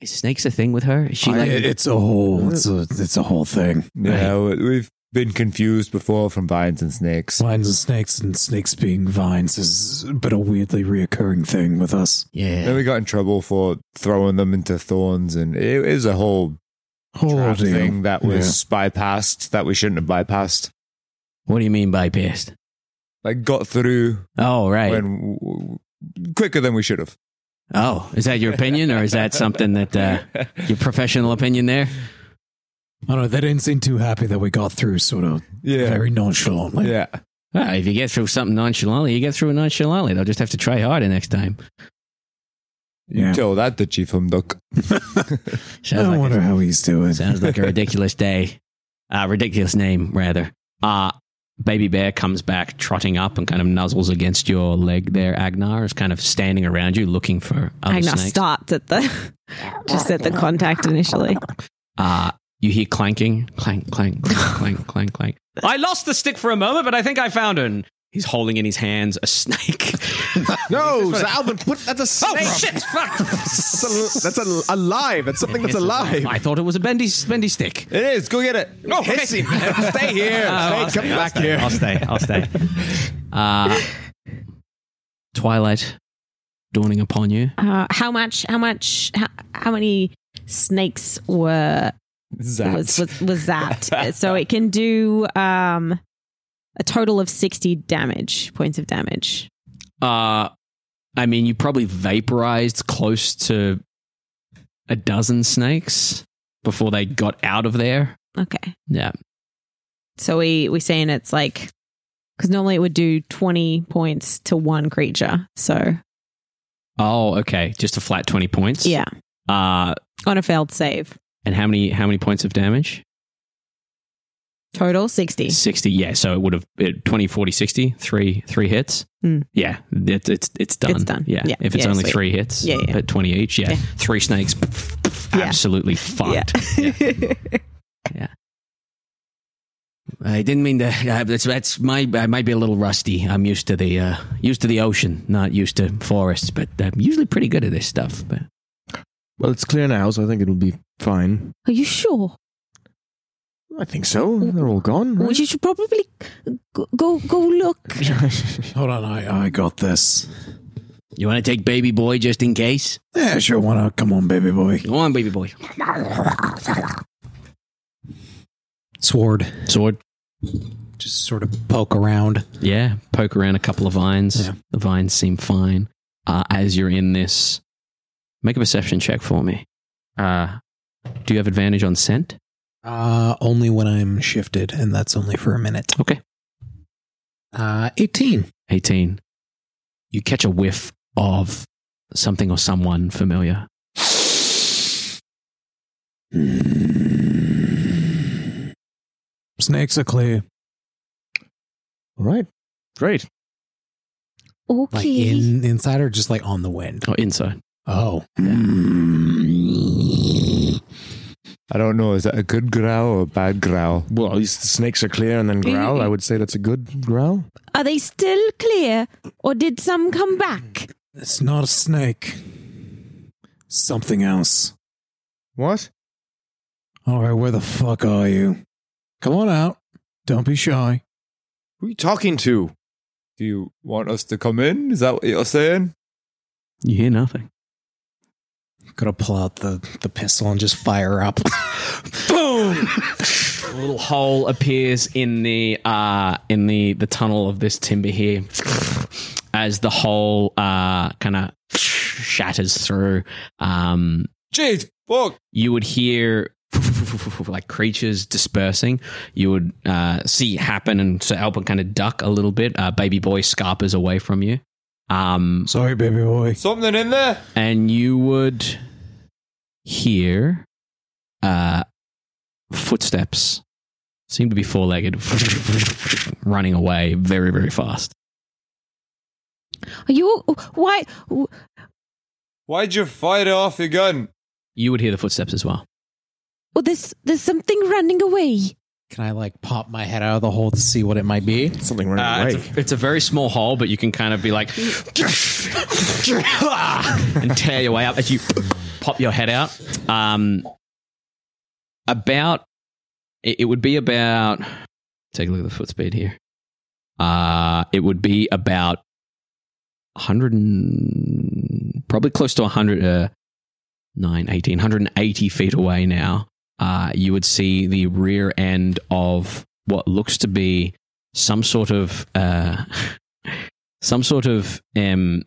O: is snakes a thing with her? Is she
F: I-
O: like
F: it's a whole. It's a. It's a whole thing.
G: Yeah, we- we've been confused before from vines and snakes.
F: Vines and snakes, and snakes being vines is a bit a weirdly reoccurring thing with us.
O: yeah?
G: Then we got in trouble for throwing them into thorns, and it is a whole
F: Whole
G: trap
F: deal.
G: thing that was
F: Yeah.
G: bypassed that we shouldn't have bypassed.
O: What do you mean by pissed?
G: Like got through
O: Oh, right.
G: when w- w- quicker than we should have.
O: oh, is that your opinion or is that something that uh, your professional opinion there?
F: I don't know. They didn't seem too happy that we got through, sort of
G: yeah,
F: very nonchalantly.
G: yeah.
O: Well, if you get through something nonchalantly, you get through it nonchalantly. They'll just have to try harder next time.
F: Yeah.
G: Tell that to Chief Humduck.
F: I
O: Sounds like a-
F: wonder how he's doing.
O: Sounds like a ridiculous day. Uh, ridiculous name, rather.
B: Uh, Baby Bear comes back trotting up and kind of nuzzles against your leg there. Agnar is kind of standing around you looking for other
H: Agnar
B: snakes.
H: stopped at the just at the contact initially.
B: Uh, you hear clanking, clank, clank, clank, clank, clank. I lost the stick for a moment, but I think I found it. He's holding in his hands a snake. Oh,
D: no, Albin, put that's a snake.
G: Oh,
B: Fuck!
D: That's, a, that's a, alive. That's something that's alive.
B: I thought it was a bendy, bendy stick.
D: It is. Go get it. No, Stay here.
B: I'll
D: stay, come back here.
B: I'll stay. I'll stay. Uh, twilight dawning upon you.
H: Uh, how much? How much? How, how many snakes were was was, was that? so it can do um, a total of sixty damage points of damage.
B: Uh, I mean, you probably vaporized close to a dozen snakes before they got out of there.
H: Okay,
B: Yeah.
H: so we we saying it's like because normally it would do twenty points to one creature. So
B: Oh, okay. Just a flat twenty points.
H: yeah,
B: Uh,
H: on a failed save.
B: and how many how many points of damage?
E: Total 60.
B: 60 yeah so it would have it, 20 40 60 three three hits
E: Mm.
B: yeah it, it's it's done
E: It's done.
B: yeah,
E: Yeah.
B: if it's
E: Yeah,
B: only
E: sweet.
B: three hits
E: Yeah, yeah.
B: at 20 each yeah,
E: Yeah.
B: three snakes
E: Yeah.
B: absolutely fucked
E: Yeah.
L: I didn't mean to. Uh, that's, that's my. I might be a little rusty. I'm used to the uh, used to the ocean, not used to forests. But I'm usually pretty good at this stuff. But
D: Well, it's clear now, so I think it'll be fine.
H: Are you sure?
D: I think so. They're all gone.
H: Well,
D: right?
H: you should probably go go, go look.
M: Hold on, I, I got this.
L: you want to take baby boy just in case?
M: Yeah, sure, why not? Come on, baby boy.
L: Go on, baby boy.
F: Sword.
B: sword
F: Just sort of poke around.
B: yeah poke around a couple of vines
F: Yeah.
B: the vines seem fine uh, as you're in this make a perception check for me uh, do you have advantage on scent
F: Uh, only when I'm shifted, and that's only for a minute.
B: Okay.
F: Uh, 18.
B: 18 you catch a whiff of something or someone familiar
M: Snakes are clear.
D: all right. Great.
H: Okay.
F: Like in inside or just like on the wind?
B: or inside
F: Oh.
G: I don't know. Is that a good growl or a bad growl?
D: Well, at least the snakes are clear and then growl. I would say that's a good growl.
H: Are they still clear, or did some come back?
M: It's not a snake. Something else.
D: What?
M: All right, where the fuck are you? Come on out. Don't be shy.
D: Who are you talking to?
G: Do you want us to come in? Is that what you're saying?
B: You hear nothing.
F: Gotta pull out the, the pistol and just fire up. Boom!
B: A little hole appears in the uh, in the the tunnel of this timber here, as the hole uh, kind of shatters through. Um,
G: Jeez, fuck.
B: you would hear like creatures dispersing. You would uh, see it happen, and Sir Albert kind of duck a little bit. Uh, baby boy scarpers away from you, um,
M: Sorry, baby boy.
G: Something in there?
B: and you would hear uh, footsteps seem to be four legged running away very, very fast.
H: Are you? Why?
G: Why'd you fire off your gun?
B: You would hear the footsteps as well.
H: Oh, there's there's something running away.
F: Can I like pop my head out of the hole to see what it might be?
D: Something running
B: Uh,
D: away.
B: it's, a, it's a very small hole, but you can kind of be like and tear your way up as you pop your head out. Um, about it, it would be about take a look at the foot speed here. Uh, it would be about 100 and probably close to 100 uh, 9 18 180 feet away now uh, you would see the rear end of what looks to be some sort of uh, some sort of um,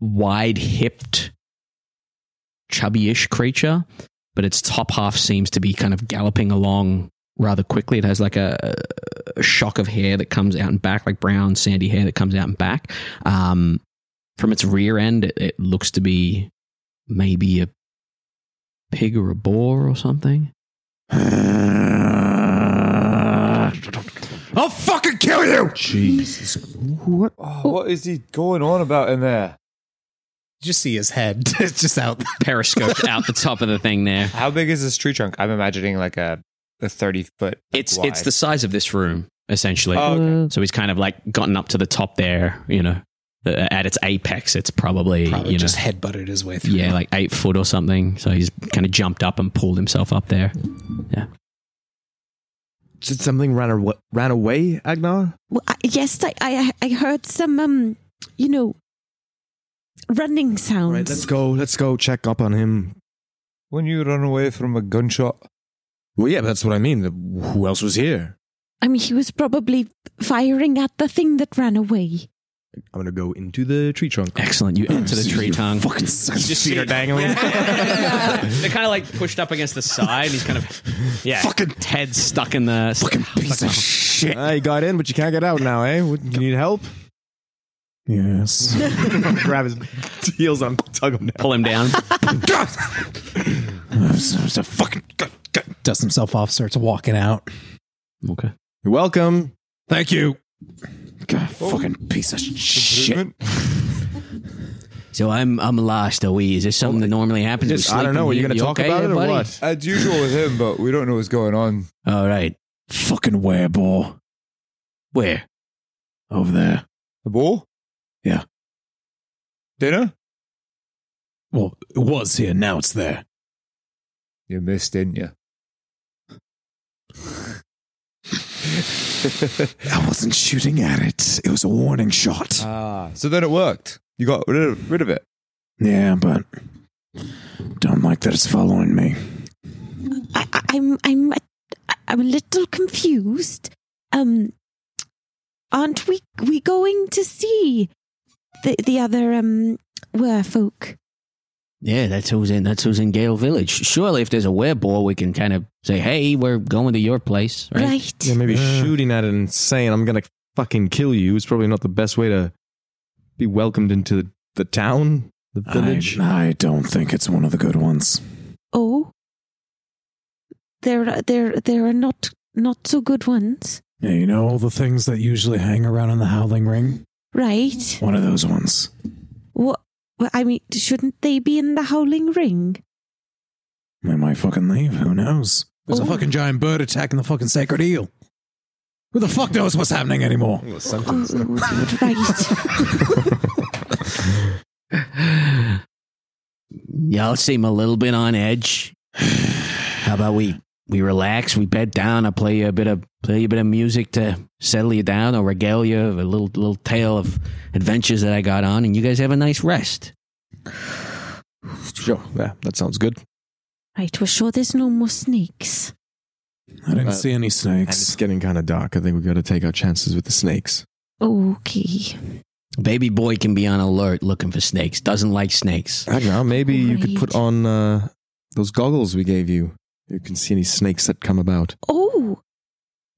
B: wide-hipped, chubby-ish creature, but its top half seems to be kind of galloping along rather quickly. It has like a, a shock of hair that comes out and back, like brown sandy hair that comes out and back. Um, from its rear end, it, it looks to be maybe a pig or a boar or something.
M: I'll fucking kill you!
D: Jesus. What?
G: Oh, what is he going on about in there?
F: Just see his head. it's just out.
B: Periscoped out the top of the thing there.
G: How big is this tree trunk? I'm imagining like a, a 30 foot.
B: It's
G: wide.
B: it's the size of this room essentially.
G: Oh, okay.
B: So he's kind of like gotten up to the top there, you know. The- At its apex, it's probably,
F: Probably
B: you know,
F: just head butted his way through.
B: yeah, like eight foot or something. So he's kind of jumped up and pulled himself up there.
D: Did something ran, aw- ran away, Agnar?
H: Well, I, yes, I, I I heard some um, you know, running
D: All
H: sounds.
D: right, let's go. Let's go check up on him.
G: When you run away from a gunshot,
D: Well, yeah, that's what I mean. The- Who else was here?
H: I mean, he was probably firing at the thing that ran away.
D: I'm gonna go into the tree trunk.
B: Excellent. You enter the tree tongue.
M: Fucking sense.
B: Just feet are dangling. They're kind of like pushed up against the side. And he's kind of, yeah,
M: Fucking-
B: head stuck in the.
M: Fucking piece of shit.
D: Ah, you got in, but you can't get out now, eh? What- You need help?
M: Yes.
D: Grab his heels on, tug him down.
B: Pull him down.
M: It's a fucking.
F: Dusts himself off, starts walking out.
C: Okay.
D: You're welcome.
F: Thank you. God,
B: Oh.
F: fucking piece of shit.
G: Improvement?
B: So I'm I'm lost. Are we? Is this something that normally happens?
D: Yes,
B: We
D: I
B: sleeping
D: don't know. Are you
B: here?
D: going to talk
B: okay
D: about
B: there,
D: it or
B: buddy?
D: what?
G: As usual with him, but we don't know what's going on.
B: All right.
F: Fucking wereball
B: Where?
F: over there.
G: The ball?
F: Yeah.
G: Dinner?
F: Well, it was here. Now it's there.
G: You missed, didn't you?
F: I wasn't shooting at it. It was a warning shot.
B: Uh.
G: Ah. So then it worked. You got rid of, rid of it.
F: yeah, but don't like that it's following me.
H: I, I- I'm I'm I'm a little confused. Um, aren't we we going to see the the other um werfolk?
B: Yeah, that's who's in. That's who's in Gale Village. Surely, if there's a wereball, we can kind of say, "Hey, we're going to your place." Right?
H: Right.
D: Yeah, maybe
F: Yeah.
D: shooting at it and saying, I'm going to fucking kill you is probably not the best way to be welcomed into the, the town, the
F: I,
D: village.
F: I don't think it's one of the good ones.
H: Oh, there are there there are not not so good ones.
F: Yeah, you know all the things that usually hang around in the Howling Ring?
H: Right.
F: One of those ones.
H: What? Well, I mean, shouldn't they be in the Howling Ring?
F: They might fucking leave. Who knows? There's
H: Oh.
F: a fucking giant bird attacking the fucking sacred eel. Who the fuck knows what's happening anymore?
H: Oh, right.
B: Y'all seem a little bit on edge. How about we we relax, we bed down. I play you a bit of play you a bit of music to settle you down, or regale you with a little little tale of adventures that I got on, and you guys have a nice rest.
D: Sure. Yeah, that sounds good.
H: right. We're sure there's no more snakes.
F: I didn't
D: Uh,
F: see any
D: And it's
F: snakes.
D: getting kind of dark. I think we got to take our chances with the snakes.
H: Okay.
B: Baby boy can be on alert looking for snakes. Doesn't like snakes.
D: I don't know. Maybe you could put
H: Right.
D: on uh, those goggles we gave you. You can see any snakes that come about.
H: Oh,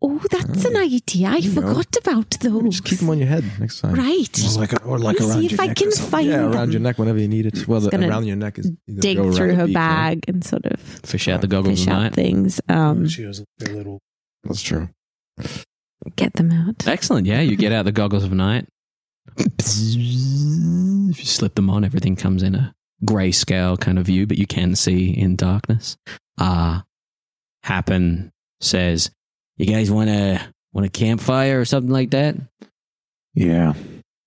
H: oh, that's an idea. I
D: You know.
H: forgot about
P: Oh,
H: those.
D: Just keep them on your head next time.
H: Right.
F: Just like a- or like
H: Let's
F: around
H: see
F: your
H: if I
F: neck
H: can
F: or something.
H: find
D: Yeah,
H: them.
D: around your neck whenever you need it. Well, the,
P: gonna
D: around your neck is you gotta
P: dig
D: go around
P: through
D: the
P: her
D: beak, right?
P: bag and sort of
C: Fish out the goggles
P: fish
C: and
P: out
C: that.
P: things. Um,
F: She was a little.
D: That's true.
P: get them out.
C: Excellent. Yeah, you get out the goggles of night. If you slip them on, everything comes in a grayscale kind of view, but you can see in darkness. Ah, happen says,
B: You guys want to want a campfire or something like that?
F: Yeah.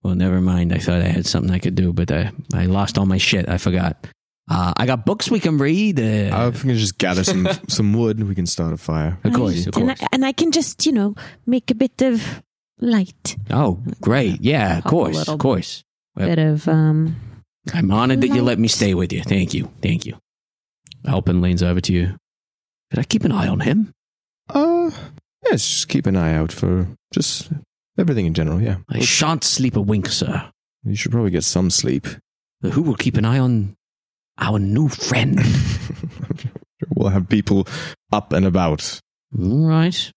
B: Well, never mind. I thought I had something I could do, but I, I lost all my shit. I forgot. Uh, I got books we can read. Uh,
D: I think we just gather some some wood. We can start a fire.
B: of course, of
H: and,
B: course.
H: I, and I can just, you know, make a bit of light.
B: oh, great. Yeah, of
P: Help a
B: course,
P: little
B: of course.
P: Bit of um,
B: I'm honored that you let me stay with you. Thank you. Thank you.
C: Alpin leans over to you.
B: Should I keep an eye on him?
D: Uh, yes. Just keep an eye out for just everything in general. Yeah,
B: I shan't sleep a wink, sir.
D: you should probably get some sleep.
B: Who will keep an eye on our new friend?
D: we'll have people up and about.
B: All right.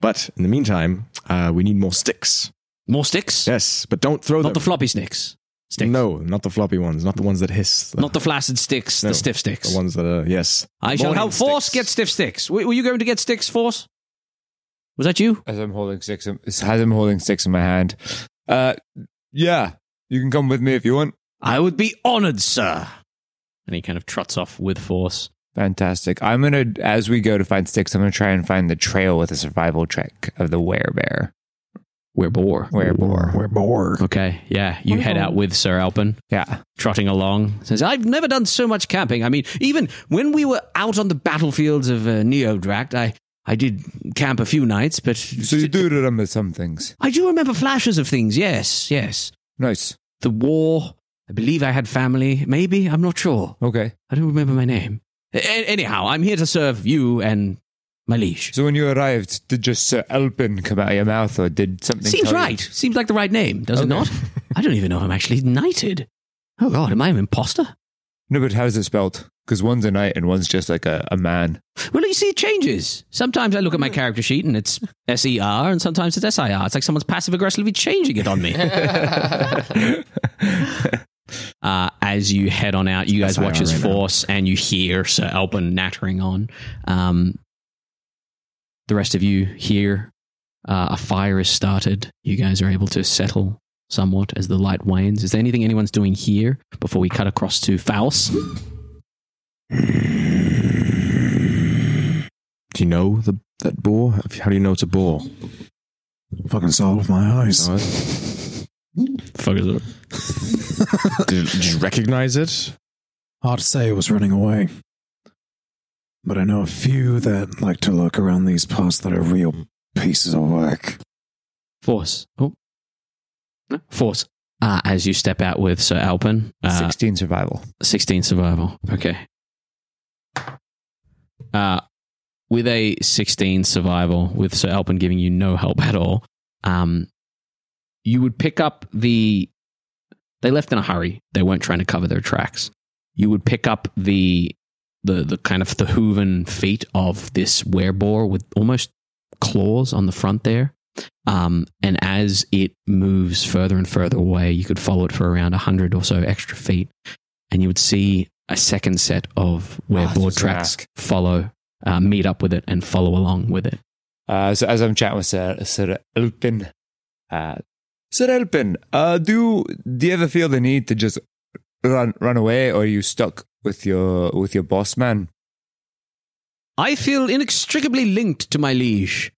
D: But in the meantime, uh, we need more sticks.
B: More sticks?
D: Yes, but don't throw
B: Not the
D: them.
B: floppy sticks. Sticks.
D: No, not the floppy ones. Not the ones that hiss. The,
B: Not the flaccid sticks,
D: No.
B: the stiff sticks.
D: the ones that are yes.
B: I shall
D: Morning
B: help Force
D: sticks.
B: get stiff sticks. Were were you going to get sticks, Force? Was that you?
G: As I'm holding six, in, as I'm holding six in my hand. Uh, yeah, you can come with me if you want.
B: I would be honored, sir.
C: And he kind of trots off with force.
G: Fantastic. I'm gonna, as we go to find sticks, I'm gonna try and find the trail with a survival trick of the werebear.
C: We're bore.
G: Werebore.
F: We're bored.
C: Okay, yeah. You head out with Sir Alpin,
G: Yeah.
C: trotting along.
B: Says, I've never done so much camping. I mean, even when we were out on the battlefields of uh, Neodract, I, I did camp a few nights, but
G: So you do remember some things.
B: I do remember flashes of things. Yes, yes.
G: Nice.
B: The war. I believe I had family. Maybe. I'm not sure.
G: Okay.
B: I don't remember my name. A- anyhow, I'm here to serve you and my liege.
G: So when you arrived, did just Sir Elpin come out of your mouth, or did something?
B: Seems
G: tell you-
B: right. Seems like the right name, does it
G: Okay.
B: not? I don't even know if I'm actually knighted. Oh, God, am I an imposter?
G: No, but how's it spelled? Because one's a knight and one's just like a, a man.
B: Well, you see, it changes. Sometimes I look
G: Hmm.
B: at my character sheet and it's S E R, and sometimes it's S I R. It's like someone's passive aggressively changing it on me.
C: Uh, as you head on out, you guys
D: That's
C: watch
D: IR
C: his
D: right now.
C: force and you hear Sir Alpin nattering on. Um,
B: The rest of you hear uh, a fire is started. You guys are able to settle somewhat as the light wanes. Is there anything anyone's doing here before we cut across to Faust?
D: Do you know the that boar? How do you know it's a boar?
M: Fucking saw it with my eyes.
D: No,
B: Fuck is it?
D: Did, did you recognize it?
M: Hard to say it was running away. But I know a few that like to lurk around these parts that are real pieces of work.
B: Force. Oh. No. Force. Uh, as you step out with Sir Alpin. Uh,
G: 16 survival.
B: 16 survival. Okay. Uh, with a 16 survival, with Sir Alpin giving you no help at all, um, you would pick up the. They left in a hurry. They weren't trying to cover their tracks. You would pick up the the the kind of the hooven feet of this werebore with almost claws on the front there. Um, and as it moves further and further away, you could follow it for around 100 or so extra feet. And you would see a second set of
G: that's what I
B: werebore
G: was gonna
B: tracks
G: ask.
B: follow, uh, meet up with it, and follow along with it.
G: Uh, so as I'm chatting with Sir, Sir Elpin, uh, Sir Elpin, uh, do do you ever feel the need to just run run away, or are you stuck with your with your boss man?
L: I feel inextricably linked to my liege.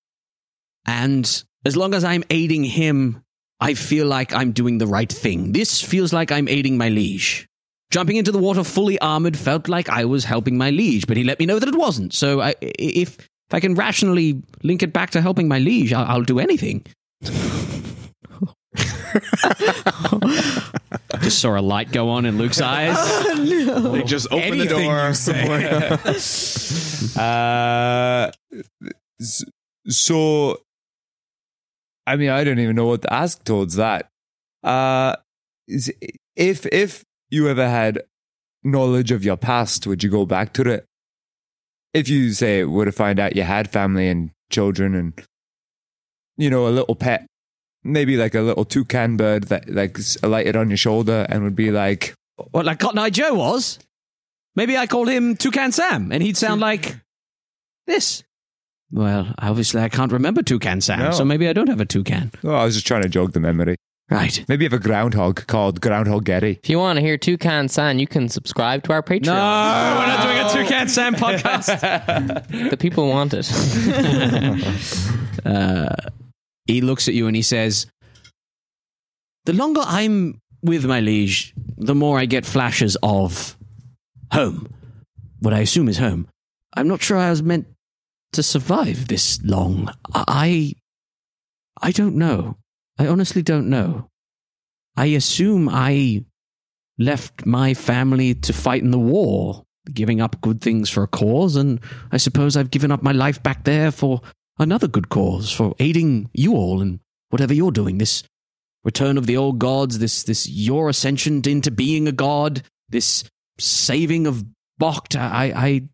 L: And as long as I'm aiding him, I feel like I'm doing the right thing. This feels like I'm aiding my liege. Jumping into the water fully armored felt like I was helping my liege, but he let me know that it wasn't. So I, i- if, if I can rationally link it back to helping my liege, I'll, I'll do anything.
B: Just saw a light go on in Luke's eyes.
D: They just open the door.
G: Uh, s- so, I mean, I don't even know what to ask towards that. Uh, is- if if you ever had knowledge of your past, would you go back to it? If you say were to find out you had family and children and you know a little pet, maybe like a little toucan bird that like s- alighted on your shoulder and would be like,
L: What, like Cotton Eye Joe was? Maybe I called him Toucan Sam, and he'd sound like this. Well, obviously, I can't remember Toucan Sam,
G: No.
L: so maybe I don't have a toucan.
G: "Oh, I was just trying to jog the memory."
L: Right.
G: Maybe you have a groundhog called Groundhog Getty.
C: If you want to hear Toucan San, you can subscribe to our Patreon.
L: we're not doing a Toucan Sam podcast.
C: The people want it.
L: he looks at you and he says, The longer I'm with my liege, the more I get flashes of home. What I assume is home. I'm not sure I was meant to survive this long. I. I don't know. I honestly don't know. I assume I left my family to fight in the war, giving up good things for a cause, and I suppose I've given up my life back there for another good cause for aiding you all in whatever you're doing. This return of the old gods, this this your ascension into being a god, this saving of Bokht. I, I,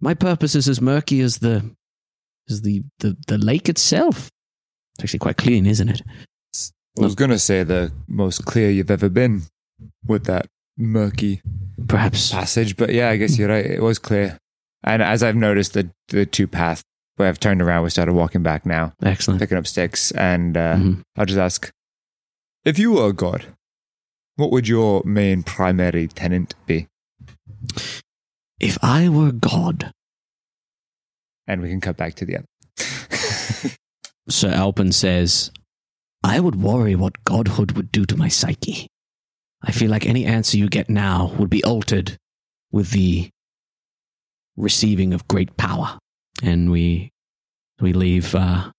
L: my purpose is as murky as the as the the, the lake itself. It's actually quite clean, isn't it?
G: I was going to say the most clear you've ever been with that murky
L: Perhaps
G: passage, but yeah, I guess you're right. It was clear. And as I've noticed, the, the two path where I've turned around, we started walking back now,
L: excellent.
G: picking up sticks. And uh,
L: Mhm.
G: I'll just ask if you were a god, what would your main primary tenant be?
L: If I were God,
G: And we can cut back to the end.
B: Sir Alpin says,
L: I would worry what godhood would do to my psyche. I feel like any answer you get now would be altered with the receiving of great power.
B: and we we leave uh,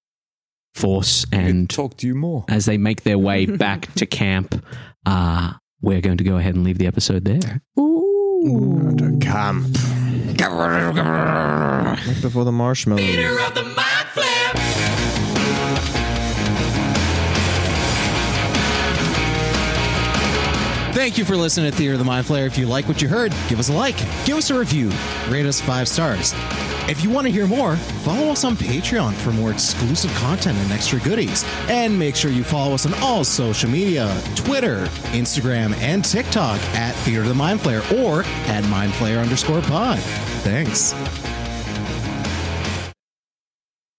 B: Force
G: And
B: and
G: talk to you more.
B: as they make their way back to camp, uh, we're going to go ahead and leave the episode there.
D: Camp. Right before the marshmallows.
F: Thank you for listening to Theater of the Mind Flayer. If you like what you heard, give us a like, give us a review, rate us five stars. If you want to hear more, follow us on Patreon for more exclusive content and extra goodies. And make sure you follow us on all social media Twitter, Instagram, and TikTok at Theater of the Mind Flayer or at Mind Flayer underscore pod. Thanks.